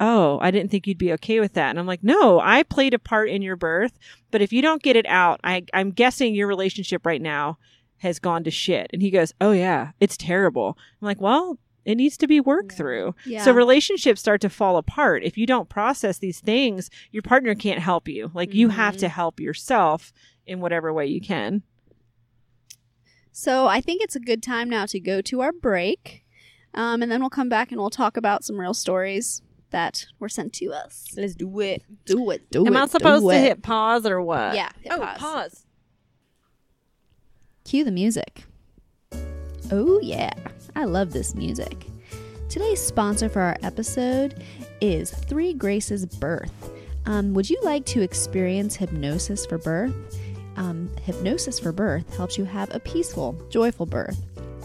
[SPEAKER 3] Oh, I didn't think you'd be okay with that. And I'm like, No, I played a part in your birth, but if you don't get it out, I, I'm guessing your relationship right now has gone to shit. And he goes, Oh, yeah, it's terrible. I'm like, Well, it needs to be worked
[SPEAKER 2] Yeah.
[SPEAKER 3] through.
[SPEAKER 1] Yeah.
[SPEAKER 3] So relationships start to fall apart. If you don't process these things, your partner can't help you. Like, you have
[SPEAKER 2] Mhm.
[SPEAKER 3] to help yourself in whatever way you can.
[SPEAKER 1] So I think it's a good time now to go to our break. Um, and then we'll come back and we'll talk about some real stories that were sent to us.
[SPEAKER 2] Let's do it.
[SPEAKER 1] Do it. Do
[SPEAKER 3] Am I supposed to hit pause or what?
[SPEAKER 1] Yeah. hit
[SPEAKER 2] oh, pause.
[SPEAKER 1] Cue the music. Oh, yeah. I love this music. Today's sponsor for our episode is Three Graces Birth. Um, would you like to experience hypnosis for birth? Um, hypnosis for birth helps you have a peaceful, joyful birth.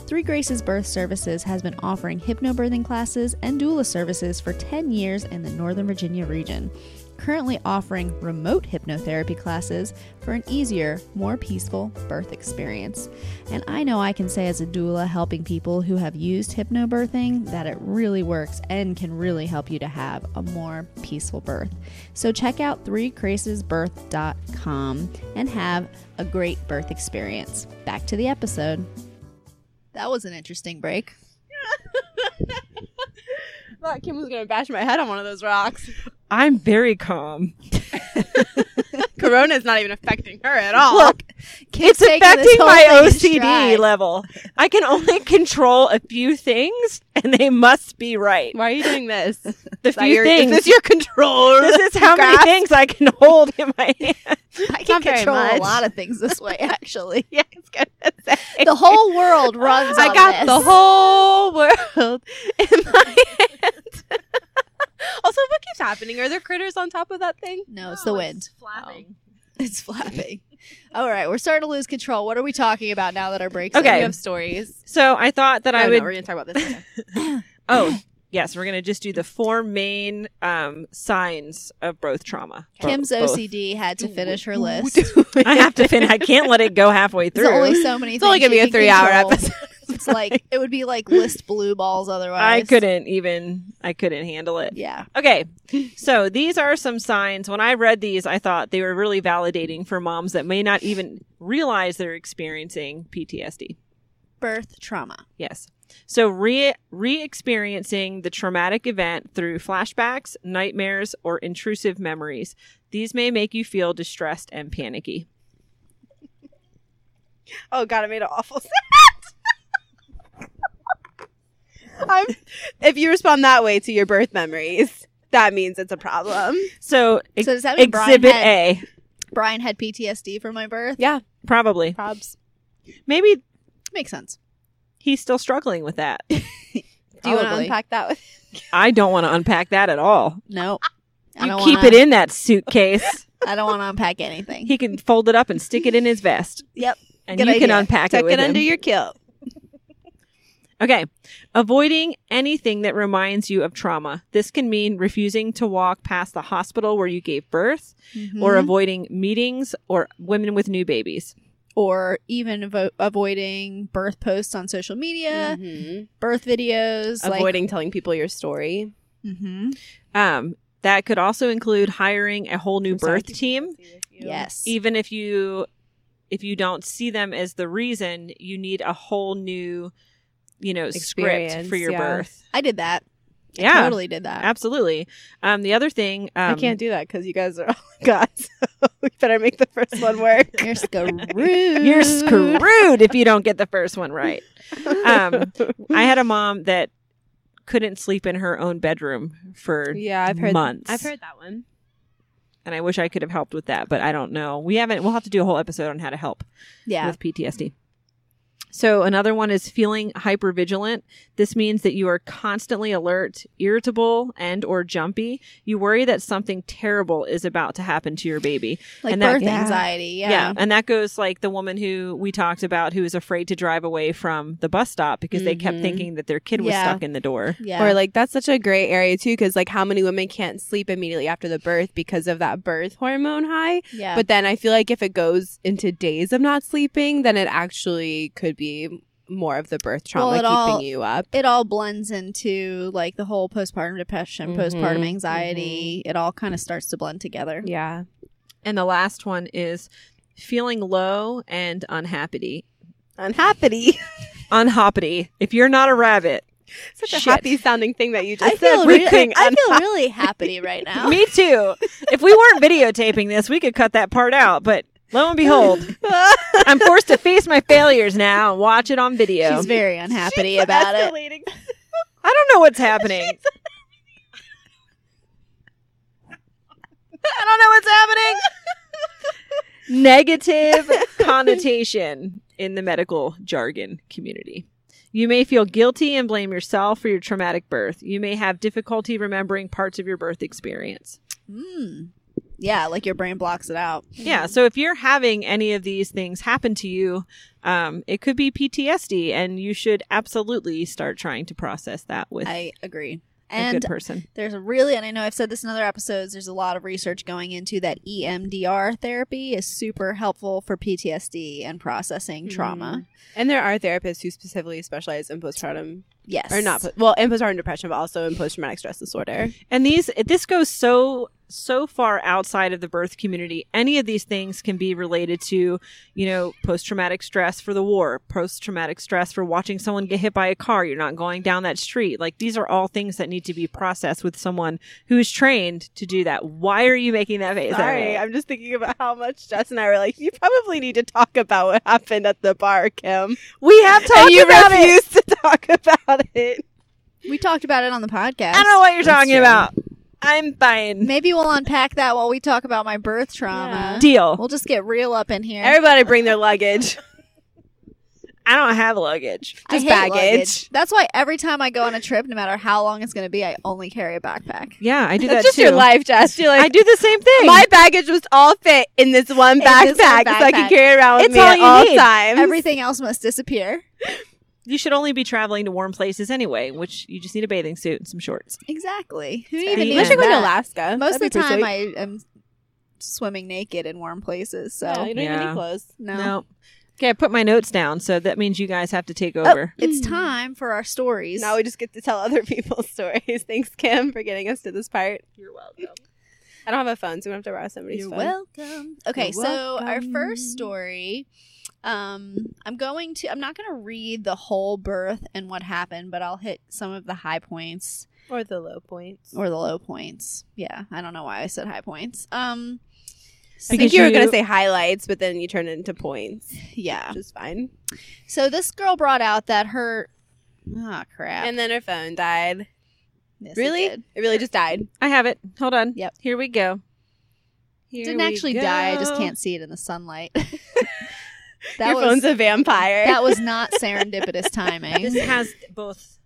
[SPEAKER 1] Three Graces Birth Services has been offering hypnobirthing classes and doula services for 10 years in the Northern Virginia region, currently offering remote hypnotherapy classes for an easier, more peaceful birth experience. And I know I can say as a doula helping people who have used hypnobirthing that it really works and can really help you to have a more peaceful birth. So check out 3gracesbirth.com and have a great birth experience. Back to the episode. That was an interesting break.
[SPEAKER 2] Thought Kim was gonna bash my head on one of those rocks.
[SPEAKER 3] I'm very calm.
[SPEAKER 2] Corona's not even affecting her at all.
[SPEAKER 3] Look, it's
[SPEAKER 1] taking this
[SPEAKER 3] affecting
[SPEAKER 1] whole
[SPEAKER 3] my
[SPEAKER 1] thing in
[SPEAKER 3] OCD
[SPEAKER 1] stride.
[SPEAKER 3] level. I can only control a few things, and they must be right.
[SPEAKER 2] Why are you doing this?
[SPEAKER 3] The
[SPEAKER 2] Is that
[SPEAKER 3] few
[SPEAKER 2] your-
[SPEAKER 3] things.
[SPEAKER 2] Is this your control?
[SPEAKER 3] This is how
[SPEAKER 2] grasp?
[SPEAKER 3] many things I can hold in my hand.
[SPEAKER 1] I can
[SPEAKER 2] Not very
[SPEAKER 1] control a
[SPEAKER 2] much.
[SPEAKER 1] lot of things this way, actually.
[SPEAKER 2] yeah, it's good.
[SPEAKER 1] the whole world runs.
[SPEAKER 2] I
[SPEAKER 1] on
[SPEAKER 2] got the
[SPEAKER 1] this.
[SPEAKER 2] whole world in my hand. also, what keeps happening? Are there critters on top of that thing?
[SPEAKER 1] No, it's the wind.
[SPEAKER 2] flapping.
[SPEAKER 1] It's flapping. All right, we're starting to lose control. What are we talking about now that our break's
[SPEAKER 3] Okay.
[SPEAKER 2] You
[SPEAKER 1] over?
[SPEAKER 2] have stories.
[SPEAKER 3] So I thought that
[SPEAKER 2] No,
[SPEAKER 3] I
[SPEAKER 2] no,
[SPEAKER 3] would.
[SPEAKER 2] we're gonna talk about this. later.
[SPEAKER 3] oh, yes, we're gonna just do the four main um, signs of birth trauma. Bo-
[SPEAKER 1] Kim's
[SPEAKER 3] both.
[SPEAKER 1] OCD had to finish her list.
[SPEAKER 2] Ooh,
[SPEAKER 1] There's
[SPEAKER 2] do it.
[SPEAKER 3] I have to finish. I can't let it go halfway through.
[SPEAKER 1] only so many.
[SPEAKER 2] It's only
[SPEAKER 1] things
[SPEAKER 2] gonna be
[SPEAKER 1] she
[SPEAKER 2] a
[SPEAKER 1] can
[SPEAKER 2] three-hour
[SPEAKER 1] control.
[SPEAKER 2] episode.
[SPEAKER 1] It's like it would be like list blue balls.
[SPEAKER 3] I
[SPEAKER 1] Otherwise,
[SPEAKER 3] couldn't even. I couldn't handle it.
[SPEAKER 1] Yeah,
[SPEAKER 3] Okay. So these are some signs. When I read these, I thought they were really validating for moms that may not even realize they're experiencing PTSD.
[SPEAKER 1] birth trauma.
[SPEAKER 3] Yes. So re re-experiencing the traumatic event through flashbacks, nightmares, or intrusive memories. These may make you feel distressed and panicky.
[SPEAKER 2] Oh god, I made an awful sound. I'm, if you respond that way to your birth memories, that means it's a problem.
[SPEAKER 3] So, ex-
[SPEAKER 1] So does that mean Brian
[SPEAKER 3] exhibit
[SPEAKER 1] had,
[SPEAKER 3] A,
[SPEAKER 1] Brian had PTSD from my birth?
[SPEAKER 2] Yeah,
[SPEAKER 3] probably.
[SPEAKER 2] probs.
[SPEAKER 3] Maybe
[SPEAKER 1] Makes sense.
[SPEAKER 3] he's still struggling with that.
[SPEAKER 2] Do you want to
[SPEAKER 1] Probably.
[SPEAKER 2] unpack that? With-
[SPEAKER 3] I don't want to unpack that at all.
[SPEAKER 1] No, I
[SPEAKER 3] You
[SPEAKER 1] don't
[SPEAKER 3] keep
[SPEAKER 1] wanna,
[SPEAKER 3] it in that suitcase.
[SPEAKER 1] I don't want to unpack anything.
[SPEAKER 3] He can fold it up and stick it in his vest.
[SPEAKER 1] Yep.
[SPEAKER 3] And
[SPEAKER 1] Good
[SPEAKER 3] you can
[SPEAKER 1] idea.
[SPEAKER 3] unpack
[SPEAKER 2] Tuck
[SPEAKER 3] it with
[SPEAKER 2] it
[SPEAKER 3] him.
[SPEAKER 2] under your kilt.
[SPEAKER 3] okay. Avoiding anything that reminds you of trauma. This can mean refusing to walk past the hospital where you gave birth
[SPEAKER 2] Mm-hmm.
[SPEAKER 3] or
[SPEAKER 1] Mhm.
[SPEAKER 3] avoiding meetings or women with new babies.
[SPEAKER 1] or even avo- avoiding birth posts on social media, birth videos, like-
[SPEAKER 2] Mm-hmm. Avoiding telling people your story.
[SPEAKER 1] Mhm.
[SPEAKER 3] Um, that could also include hiring a whole new
[SPEAKER 2] I'm sorry,
[SPEAKER 3] birth
[SPEAKER 2] I
[SPEAKER 3] team.
[SPEAKER 1] Yes.
[SPEAKER 3] Even if you if you don't see them as the reason, you need a whole new, you know, script
[SPEAKER 2] Experience,
[SPEAKER 3] for your
[SPEAKER 2] yeah.
[SPEAKER 3] birth.
[SPEAKER 1] I did that.
[SPEAKER 3] Yeah.
[SPEAKER 1] Totally did that.
[SPEAKER 3] Absolutely. Um, the other thing um,
[SPEAKER 2] I can't do that because you guys are all gods. So we better make the first one work.
[SPEAKER 1] You're screwed.
[SPEAKER 3] You're screwed if you don't get the first one right. Um, I had a mom that couldn't sleep in her own bedroom for,
[SPEAKER 2] yeah, I've heard
[SPEAKER 3] months.
[SPEAKER 2] I've heard that one.
[SPEAKER 3] and I wish I could have helped with that, but I don't know. We haven't. We'll have to do a whole episode on how to help
[SPEAKER 1] Yeah.
[SPEAKER 3] with PTSD. So another one is feeling hypervigilant. This means that you are constantly alert, irritable, and or jumpy. You worry that something terrible is about to happen to your baby.
[SPEAKER 1] Like
[SPEAKER 3] And that-
[SPEAKER 1] birth
[SPEAKER 3] yeah.
[SPEAKER 1] anxiety. Yeah.
[SPEAKER 3] And that goes like the woman who we talked about who was afraid to drive away from the bus stop because they kept
[SPEAKER 2] Mhm.
[SPEAKER 3] thinking that their kid was
[SPEAKER 1] Mm-hmm. Yeah.
[SPEAKER 3] stuck in the door.
[SPEAKER 1] Yeah.
[SPEAKER 2] Or like that's such a gray area too, because like how many women can't sleep immediately after the birth because of that birth hormone high.
[SPEAKER 1] yeah.
[SPEAKER 2] But then I feel like if it goes into days of not sleeping, then it actually could be more of the birth trauma
[SPEAKER 1] Well, it
[SPEAKER 2] keeping
[SPEAKER 1] all-
[SPEAKER 2] you up.
[SPEAKER 1] it all blends into like the whole postpartum depression,
[SPEAKER 2] Mhm.
[SPEAKER 1] postpartum anxiety. It all kind of starts to blend together.
[SPEAKER 2] Yeah.
[SPEAKER 3] And the last one is feeling low and unhappy.
[SPEAKER 2] Unhappy.
[SPEAKER 3] Unhappity. If you're not a rabbit.
[SPEAKER 2] Such a
[SPEAKER 3] Shit.
[SPEAKER 2] happy sounding thing that you just
[SPEAKER 1] I feel
[SPEAKER 2] said.
[SPEAKER 1] really,
[SPEAKER 2] being
[SPEAKER 1] I feel
[SPEAKER 2] unhappy.
[SPEAKER 1] really happy right now.
[SPEAKER 3] Me too. If we weren't videotaping this, we could cut that part out, but Lo and behold, I'm forced to face my failures now and watch it on video.
[SPEAKER 1] She's very unhappy about it.
[SPEAKER 3] I don't know what's happening. I don't know what's happening. Negative connotation in the medical jargon community. You may feel guilty and blame yourself for your traumatic birth. You may have difficulty remembering parts of your birth experience.
[SPEAKER 1] Mm. Yeah, like your brain blocks it out.
[SPEAKER 3] Yeah. So if you're having any of these things happen to you, um, it could be PTSD, and you should absolutely start trying to process that with
[SPEAKER 1] I agree.
[SPEAKER 3] a
[SPEAKER 1] And
[SPEAKER 3] good person.
[SPEAKER 1] there's a really, and I know I've said this in other episodes, there's a lot of research going into that E EMDR therapy is super helpful for PTSD and processing
[SPEAKER 2] Mm-hmm.
[SPEAKER 1] trauma.
[SPEAKER 2] And there are therapists who specifically specialize in postpartum
[SPEAKER 1] Yes.
[SPEAKER 2] or not po- well in postpartum depression but also in post-traumatic stress disorder
[SPEAKER 3] And these this goes so so far outside of the birth community. Any of these things can be related to, you know, post traumatic stress for the war, post traumatic stress for watching someone get hit by a car, you're not going down that street. Like these are all things that need to be processed with someone who is trained to do that. Why are you making that face? at me?
[SPEAKER 2] sorry i'm just thinking about how much jess and i were like you probably need to talk about what happened at the bar kim
[SPEAKER 3] We have talked
[SPEAKER 2] and you
[SPEAKER 3] about it.
[SPEAKER 2] refused to talk about it
[SPEAKER 1] We talked about it on the podcast.
[SPEAKER 3] I don't know what you're
[SPEAKER 2] That's
[SPEAKER 3] talking
[SPEAKER 2] true.
[SPEAKER 3] about. I'm fine.
[SPEAKER 1] Maybe we'll unpack that while we talk about my birth trauma.
[SPEAKER 3] Deal.
[SPEAKER 1] We'll just get real up in here.
[SPEAKER 2] everybody bring their luggage
[SPEAKER 3] I don't have luggage.
[SPEAKER 1] I
[SPEAKER 2] just
[SPEAKER 1] hate
[SPEAKER 2] baggage.
[SPEAKER 1] luggage. That's why every time I go on a trip, no matter how long it's going to be, I only carry a backpack.
[SPEAKER 3] Yeah, I do
[SPEAKER 2] that's
[SPEAKER 3] that
[SPEAKER 2] just
[SPEAKER 3] too.
[SPEAKER 2] your life jess you're
[SPEAKER 3] I
[SPEAKER 2] like
[SPEAKER 3] do the same thing.
[SPEAKER 2] my baggage was all fit in this
[SPEAKER 1] In
[SPEAKER 2] one
[SPEAKER 1] this
[SPEAKER 2] backpack,
[SPEAKER 1] one
[SPEAKER 2] so i
[SPEAKER 1] backpack.
[SPEAKER 2] could carry it around with
[SPEAKER 3] It's
[SPEAKER 2] me
[SPEAKER 3] all
[SPEAKER 2] at
[SPEAKER 3] you
[SPEAKER 2] all
[SPEAKER 3] need.
[SPEAKER 2] times
[SPEAKER 1] Everything else must disappear.
[SPEAKER 3] you should only be traveling to warm places anyway, which you just need a bathing suit and some shorts.
[SPEAKER 1] Exactly. Who
[SPEAKER 3] fair.
[SPEAKER 1] even
[SPEAKER 3] Yeah.
[SPEAKER 1] needs
[SPEAKER 2] unless
[SPEAKER 1] that?
[SPEAKER 2] you're going to alaska
[SPEAKER 1] Most of the
[SPEAKER 2] That'd be pretty
[SPEAKER 1] time,
[SPEAKER 2] sweet.
[SPEAKER 1] I am swimming naked in warm places. So
[SPEAKER 2] yeah, you don't even
[SPEAKER 3] Yeah.
[SPEAKER 2] need clothes
[SPEAKER 1] no.
[SPEAKER 3] Okay, I put my notes down, so that means you guys have to
[SPEAKER 1] Oh.
[SPEAKER 3] take over.
[SPEAKER 1] it's time for our stories.
[SPEAKER 2] now we just get to tell other people's stories. Thanks, Kim, for getting us to this part.
[SPEAKER 3] You're welcome.
[SPEAKER 2] I don't have a phone, so we have to borrow somebody's
[SPEAKER 1] You're
[SPEAKER 2] phone.
[SPEAKER 1] welcome. Okay,
[SPEAKER 3] You're
[SPEAKER 1] so our
[SPEAKER 3] welcome.
[SPEAKER 1] first story. Um, I'm going to. I'm not going to read the whole birth and what happened, but I'll hit some of the high points.
[SPEAKER 2] Or the low points.
[SPEAKER 1] or the low points. Yeah, I don't know why I said high points. Um,
[SPEAKER 2] I
[SPEAKER 3] Because
[SPEAKER 2] think you were
[SPEAKER 3] you-
[SPEAKER 2] going to say highlights, but then you turned it into points,
[SPEAKER 1] yeah.
[SPEAKER 2] which is fine.
[SPEAKER 1] So this girl brought out that her oh crap.
[SPEAKER 2] And then her phone died.
[SPEAKER 1] Yes, it
[SPEAKER 2] really? It,
[SPEAKER 1] did.
[SPEAKER 2] really just died.
[SPEAKER 3] I have it. Hold on.
[SPEAKER 1] Yep.
[SPEAKER 3] Here we go. Here
[SPEAKER 1] didn't
[SPEAKER 3] we
[SPEAKER 1] actually die. I just
[SPEAKER 3] go.
[SPEAKER 1] can't see it in the sunlight. that
[SPEAKER 2] Your
[SPEAKER 1] was
[SPEAKER 2] phone's a vampire.
[SPEAKER 1] that was not serendipitous timing.
[SPEAKER 3] This has both.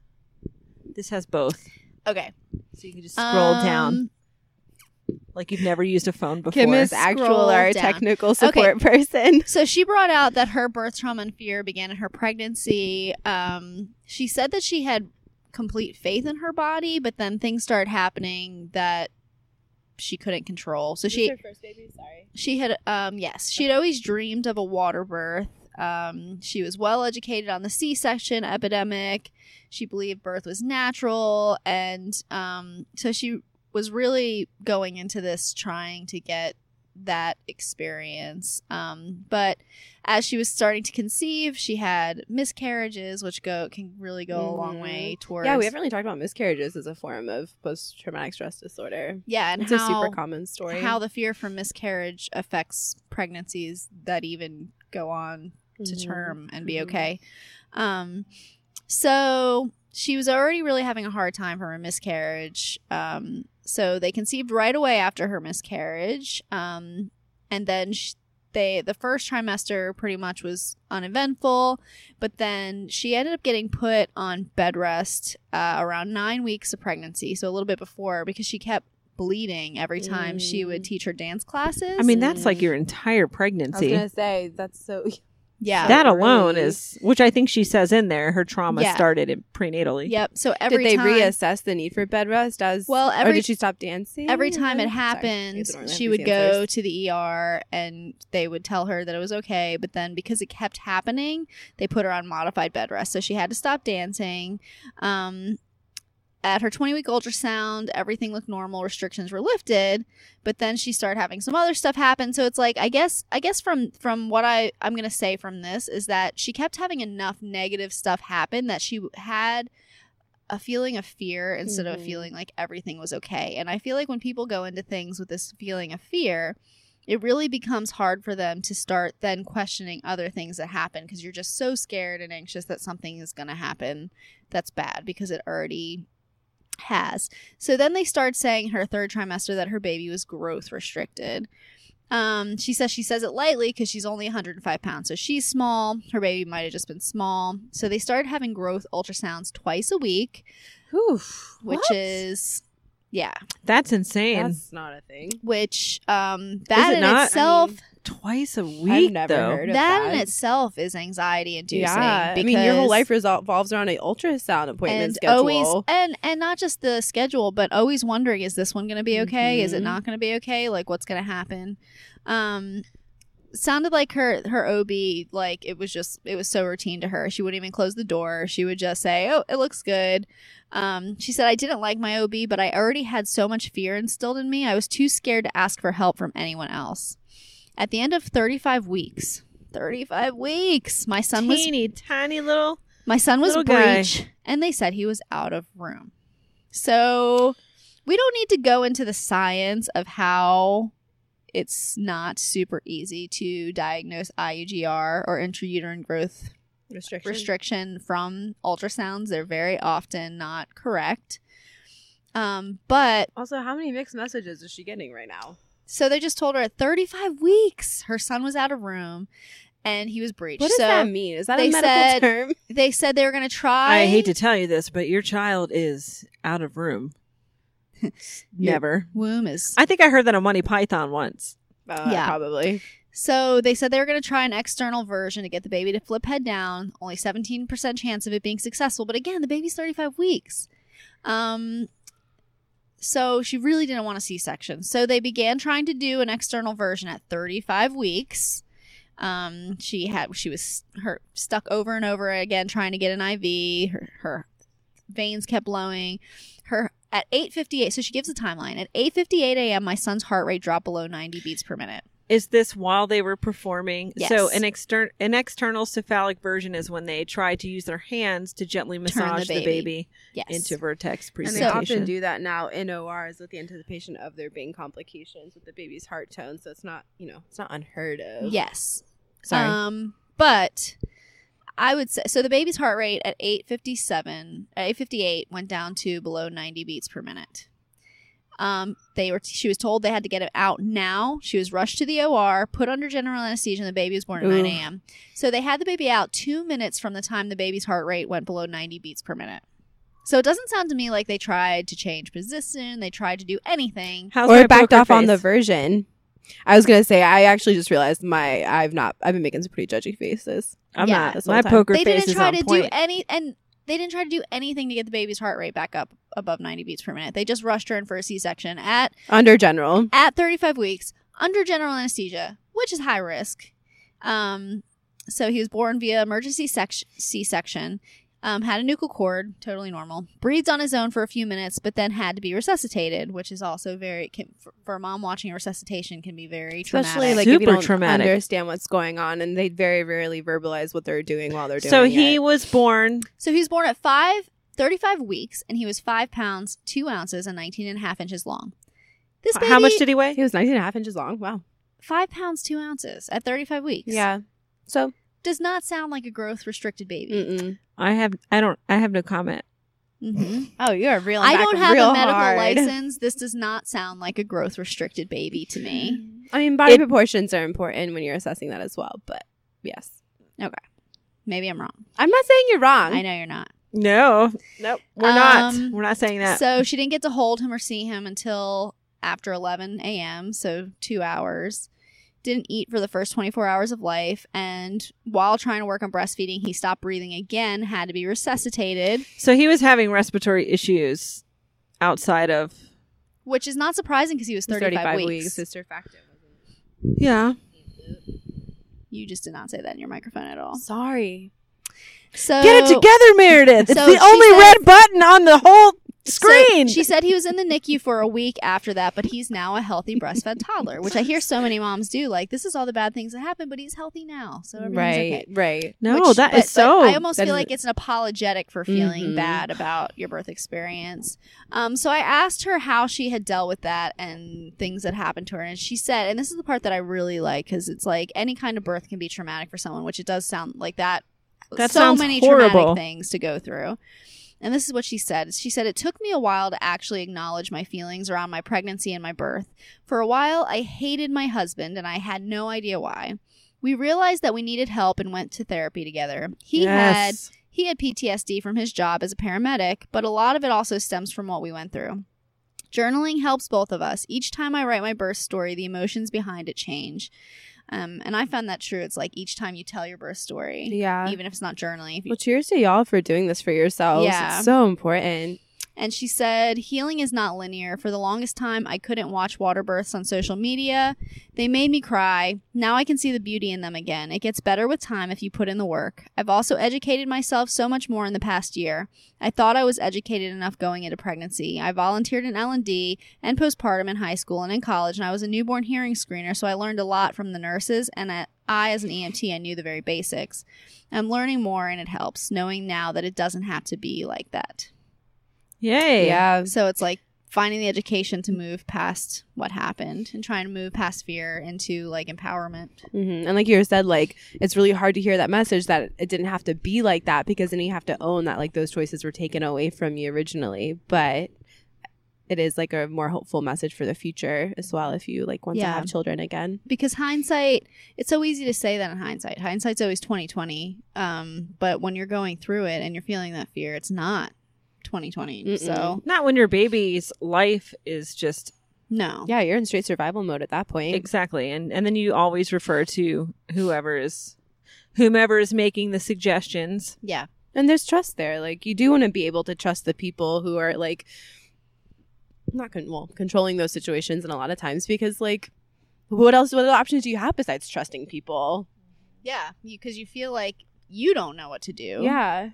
[SPEAKER 3] This has both.
[SPEAKER 1] Okay,
[SPEAKER 3] So you can just scroll
[SPEAKER 1] Um,
[SPEAKER 3] down like you've never used a phone before.
[SPEAKER 2] Kim is
[SPEAKER 1] Scroll
[SPEAKER 2] actual our
[SPEAKER 1] down.
[SPEAKER 2] technical support person.
[SPEAKER 1] So she brought out that her birth trauma and fear began in her pregnancy. Um, she said that she had complete faith in her body, but then things started happening that she couldn't control. So she
[SPEAKER 2] first baby. Sorry.
[SPEAKER 1] She had, um, yes, she had always dreamed of a water birth. Um, she was well educated on the C section epidemic. She believed birth was natural. And um, so she was really going into this trying to get that experience. Um, but as she was starting to conceive, she had miscarriages, which go can really go a long
[SPEAKER 2] Mhm.
[SPEAKER 1] way towards.
[SPEAKER 2] Yeah, we haven't really talked about miscarriages as a form of post traumatic stress disorder.
[SPEAKER 1] Yeah, and
[SPEAKER 2] it's
[SPEAKER 1] how,
[SPEAKER 2] a super common story.
[SPEAKER 1] how the fear from miscarriage affects pregnancies that even go on to term and be
[SPEAKER 2] Mhm.
[SPEAKER 1] okay. Um, so she was already really having a hard time from her miscarriage. Um, so they conceived right away after her miscarriage. Um, and then sh they the first trimester pretty much was uneventful, but then she ended up getting put on bed rest uh, around nine weeks of pregnancy, so a little bit before because she kept bleeding every time she would
[SPEAKER 2] Mm.
[SPEAKER 1] teach her dance classes.
[SPEAKER 3] I mean, that's like your entire pregnancy.
[SPEAKER 2] I was gonna say that's so.
[SPEAKER 1] yeah.
[SPEAKER 3] that alone
[SPEAKER 2] Really?
[SPEAKER 3] is, which I think she says in there, her trauma
[SPEAKER 1] Yeah.
[SPEAKER 3] started in prenatally.
[SPEAKER 1] Yep. So every
[SPEAKER 2] did they
[SPEAKER 1] time,
[SPEAKER 2] reassess the need for bed rest as
[SPEAKER 1] well,
[SPEAKER 2] or
[SPEAKER 1] every
[SPEAKER 2] did she stop dancing?
[SPEAKER 1] every time it
[SPEAKER 2] Sorry,
[SPEAKER 1] happened,
[SPEAKER 2] I don't really have
[SPEAKER 1] she
[SPEAKER 2] these
[SPEAKER 1] would go
[SPEAKER 2] answers.
[SPEAKER 1] to the ER and they would tell her that it was okay. But then because it kept happening, they put her on modified bed rest. So she had to stop dancing. Um, at her 20 week ultrasound, everything looked normal. Restrictions were lifted, but then she started having some other stuff happen. So it's like I guess I guess from from what I I'm gonna say from this is that she kept having enough negative stuff happen that she had a feeling of fear instead of a
[SPEAKER 2] Mhm.
[SPEAKER 1] feeling like everything was okay. And I feel like when people go into things with this feeling of fear, it really becomes hard for them to start then questioning other things that happen because you're just so scared and anxious that something is going to happen that's bad because it already has. So then they start saying her third trimester that her baby was growth restricted. Um, she says she says it lightly because she's only 105 pounds, so she's small. Her baby might have just been small. So they started having growth ultrasounds twice a week,
[SPEAKER 2] Oof,
[SPEAKER 1] which
[SPEAKER 2] what?
[SPEAKER 1] is yeah,
[SPEAKER 3] That's insane.
[SPEAKER 2] that's not a thing.
[SPEAKER 1] which um that
[SPEAKER 3] it
[SPEAKER 1] in
[SPEAKER 3] not? I
[SPEAKER 1] itself
[SPEAKER 2] mean,
[SPEAKER 3] Twice a week,
[SPEAKER 2] never
[SPEAKER 3] though.
[SPEAKER 2] heard of
[SPEAKER 1] that, in
[SPEAKER 2] that.
[SPEAKER 1] itself is anxiety inducing.
[SPEAKER 2] Yeah, I mean your whole life revolves around an ultrasound appointment
[SPEAKER 1] and
[SPEAKER 2] schedule.
[SPEAKER 1] always and and not just the schedule, but always wondering is this one going to be okay? Is it
[SPEAKER 2] Mhm.
[SPEAKER 1] not going to be okay? Like what's going to happen? Um, sounded like her her OB like it was just it was so routine to her. She wouldn't even close the door. She would just say, "Oh, it looks good." Um, she said, "I didn't like my OB, but I already had so much fear instilled in me. I was too scared to ask for help from anyone else." At the end of 35 weeks, 35 weeks, my son was
[SPEAKER 3] Teeny tiny little.
[SPEAKER 1] my son was
[SPEAKER 3] Little guy.
[SPEAKER 1] breech, and they said he was out of room. So we don't need to go into the science of how it's not super easy to diagnose IUGR or intrauterine growth
[SPEAKER 2] restriction.
[SPEAKER 1] restriction from ultrasounds. They're very often not correct. Um, but
[SPEAKER 2] Also, how many mixed messages is she getting right now?
[SPEAKER 1] so they just told her at 35 weeks, her son was out of room and he was breached.
[SPEAKER 2] What does
[SPEAKER 1] so
[SPEAKER 2] that mean? Is that
[SPEAKER 1] they
[SPEAKER 2] a medical
[SPEAKER 1] said-
[SPEAKER 2] term?
[SPEAKER 1] they said they were going to try.
[SPEAKER 3] I, hate to tell you this, but your child is out of room. never.
[SPEAKER 1] Womb is
[SPEAKER 3] I think I heard that on Monty Python once.
[SPEAKER 2] Uh,
[SPEAKER 1] Yeah.
[SPEAKER 2] probably.
[SPEAKER 1] So they said they were going to try an external version to get the baby to flip head down. Only 17% chance of it being successful. But again, the baby's 35 weeks. Um, so she really didn't want a C section. So they began trying to do an external version at 35 weeks. Um, she had she was her stuck over and over again trying to get an IV. Her, her veins kept blowing. Her at 8:58. So she gives a timeline. At 8:58 a.m., my son's heart rate dropped below 90 beats per minute.
[SPEAKER 3] Is this while they were performing?
[SPEAKER 1] Yes.
[SPEAKER 3] So an extern an external cephalic version is when they try to use their hands to gently massage the
[SPEAKER 1] baby.
[SPEAKER 3] baby,
[SPEAKER 1] Yes.
[SPEAKER 3] into vertex
[SPEAKER 2] And
[SPEAKER 1] So-
[SPEAKER 2] they
[SPEAKER 3] presentation.
[SPEAKER 2] often do that now in ORs with the anticipation of there being complications with the baby's heart tone. So it's not, you know, it's not unheard of.
[SPEAKER 1] Yes.
[SPEAKER 3] Sorry.
[SPEAKER 1] Um, but I would say so. The baby's heart rate at eight fifty seven, at eight fifty eight, went down to below ninety beats per minute. Um, they were. She was told they had to get him out now. She was rushed to the OR, put under general anesthesia. and The baby was born at
[SPEAKER 3] Oof.
[SPEAKER 1] nine a.m. So they had the baby out two minutes from the time the baby's heart rate went below ninety beats per minute. So it doesn't sound to me like they tried to change position. They tried to do anything.
[SPEAKER 3] How's
[SPEAKER 2] or
[SPEAKER 3] my
[SPEAKER 2] it backed
[SPEAKER 3] poker
[SPEAKER 2] off on
[SPEAKER 3] face?
[SPEAKER 2] the version. I was gonna say I actually just realized my I've not I've been making some pretty judgy faces.
[SPEAKER 3] I'm
[SPEAKER 1] Yeah.
[SPEAKER 3] not.
[SPEAKER 2] This whole
[SPEAKER 3] my
[SPEAKER 2] time.
[SPEAKER 3] poker
[SPEAKER 1] they
[SPEAKER 3] face
[SPEAKER 1] didn't
[SPEAKER 3] is
[SPEAKER 1] try
[SPEAKER 3] on
[SPEAKER 1] to
[SPEAKER 3] point.
[SPEAKER 1] do any and they didn't try to do anything to get the baby's heart rate back up above 90 beats per minute they just rushed her in for a c-section at
[SPEAKER 2] Under general,
[SPEAKER 1] at 35 weeks under general anesthesia which is high risk um so he was born via emergency sec- c-section um, had a nuchal cord, totally normal. Breathes on his own for a few minutes, but then had to be resuscitated, which is also very can, for, for a mom watching a resuscitation can be very
[SPEAKER 2] especially
[SPEAKER 1] traumatic.
[SPEAKER 2] like if
[SPEAKER 3] Super
[SPEAKER 2] you don't
[SPEAKER 3] traumatic.
[SPEAKER 2] understand what's going on, and they very rarely verbalize what they're doing while they're doing.
[SPEAKER 3] so he
[SPEAKER 2] it.
[SPEAKER 3] was born
[SPEAKER 1] So he was born at five, 35 weeks, and he was five pounds, two ounces, and 19 and a half inches long. This baby,
[SPEAKER 3] how much did he weigh?
[SPEAKER 2] he was 19 and a half inches long. Wow.
[SPEAKER 1] five pounds, two ounces at 35 weeks.
[SPEAKER 2] Yeah. So
[SPEAKER 1] Does not sound like a growth restricted baby.
[SPEAKER 2] mm-mm.
[SPEAKER 3] I have I don't I have no comment.
[SPEAKER 1] hmm
[SPEAKER 2] Oh, you are real.
[SPEAKER 1] I don't have
[SPEAKER 2] real
[SPEAKER 1] a medical
[SPEAKER 2] hard.
[SPEAKER 1] license. This does not sound like a growth restricted baby to me.
[SPEAKER 2] I mean, body
[SPEAKER 3] It-
[SPEAKER 2] proportions are important when you're assessing that as well. But yes,
[SPEAKER 1] Maybe I'm wrong.
[SPEAKER 2] I'm not saying you're wrong.
[SPEAKER 1] I know you're not.
[SPEAKER 3] No, nope, we're not.
[SPEAKER 1] Um,
[SPEAKER 3] We're not saying that.
[SPEAKER 1] So she didn't get to hold him or see him until after 11 a.m., so two hours. Didn't eat for the first 24 hours of life. And while trying to work on breastfeeding, he stopped breathing again, had to be resuscitated,
[SPEAKER 3] so he was having respiratory issues outside of.
[SPEAKER 1] which is not surprising because he was 35, weeks.
[SPEAKER 2] Sister factor.
[SPEAKER 3] Yeah.
[SPEAKER 1] You just did not say that in your microphone at all.
[SPEAKER 2] Sorry.
[SPEAKER 1] So
[SPEAKER 3] Get it together, Meredith. It's
[SPEAKER 1] So
[SPEAKER 3] the
[SPEAKER 1] she
[SPEAKER 3] only
[SPEAKER 1] says-
[SPEAKER 3] red button on the whole
[SPEAKER 1] So
[SPEAKER 3] screen.
[SPEAKER 1] she said he was in the NICU for a week after that, but he's now a healthy breastfed toddler, which I hear so many moms do. Like, this is all the bad things that happened, but he's healthy now, so everything's okay.
[SPEAKER 2] Right. Right.
[SPEAKER 3] no,
[SPEAKER 1] Which-
[SPEAKER 3] that
[SPEAKER 1] but,
[SPEAKER 3] is Mm-hmm. so.
[SPEAKER 1] like, I almost
[SPEAKER 2] that
[SPEAKER 1] feel
[SPEAKER 2] is-
[SPEAKER 1] like it's an apologetic for feeling
[SPEAKER 2] Mhm.
[SPEAKER 1] bad about your birth experience. Um, so I asked her how she had dealt with that and things that happened to her, and she said, and this is the part that I really like because it's like any kind of birth can be traumatic for someone, which it does sound like that.
[SPEAKER 3] That
[SPEAKER 1] so
[SPEAKER 3] sounds
[SPEAKER 1] many
[SPEAKER 3] horrible.
[SPEAKER 1] traumatic things to go through. And this is what she said. She said, It took me a while to actually acknowledge my feelings around my pregnancy and my birth. For a while, I hated my husband and I had no idea why. We realized that we needed help and went to therapy together. He had
[SPEAKER 3] yes.
[SPEAKER 1] he had PTSD from his job as a paramedic, but a lot of it also stems from what we went through. Journaling helps both of us. Each time I write my birth story, the emotions behind it change. Um, and I found that true. It's like each time you tell your birth story,
[SPEAKER 2] Yeah.
[SPEAKER 1] even if it's not journaling, if you
[SPEAKER 2] Well, cheers to y'all for doing this for yourselves.
[SPEAKER 1] Yeah.
[SPEAKER 2] It's so important.
[SPEAKER 1] And she said, Healing is not linear. For the longest time, I couldn't watch water births on social media. They made me cry. Now I can see the beauty in them again. It gets better with time if you put in the work. I've also educated myself so much more in the past year. I thought I was educated enough going into pregnancy. I volunteered in L&D and postpartum in high school and in college, and I was a newborn hearing screener, so I learned a lot from the nurses, and I, I as an EMT, I knew the very basics. I'm learning more, and it helps, knowing now that it doesn't have to be like that.
[SPEAKER 3] Yay.
[SPEAKER 2] Yeah.
[SPEAKER 1] So it's like finding the education to move past what happened and trying to move past fear into like empowerment.
[SPEAKER 2] hmm And like you said, like it's really hard to hear that message that it didn't have to be like that because then you have to own that like those choices were taken away from you originally. But it is like a more hopeful message for the future as well if you like want to
[SPEAKER 1] Yeah.
[SPEAKER 2] have children again.
[SPEAKER 1] Because hindsight, it's so easy to say that in hindsight. Hindsight's always 2020. Um, but when you're going through it and you're feeling that fear, it's not 2020.
[SPEAKER 2] Mm-mm.
[SPEAKER 1] So
[SPEAKER 3] Not when your baby's life is just
[SPEAKER 1] no.
[SPEAKER 2] Yeah, you're in straight survival mode at that point.
[SPEAKER 3] exactly, and and then you always refer to whoever is, whomever is making the suggestions.
[SPEAKER 1] Yeah.
[SPEAKER 2] and there's trust there. Like you do want to be able to trust the people who are like not con- well controlling those situations, and a lot of times because like what else? What other options do you have besides trusting people?
[SPEAKER 1] Yeah. Because you, feel like you don't know what to do.
[SPEAKER 2] Yeah,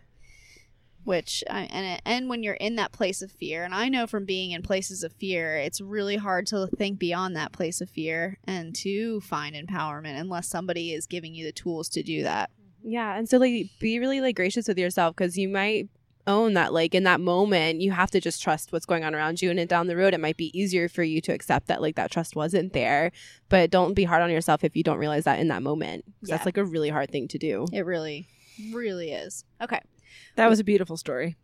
[SPEAKER 1] Which I, and and when you're in that place of fear, and I know from being in places of fear, it's really hard to think beyond that place of fear and to find empowerment unless somebody is giving you the tools to do that.
[SPEAKER 2] Yeah, and so like be really like gracious with yourself because you might own that like in that moment you have to just trust what's going on around you and then down the road it might be easier for you to accept that like that trust wasn't there but don't be hard on yourself if you don't realize that in that moment 'Cause
[SPEAKER 1] Yeah.
[SPEAKER 2] that's like a really hard thing to do
[SPEAKER 1] It really, really is. Okay.
[SPEAKER 3] That was a beautiful story.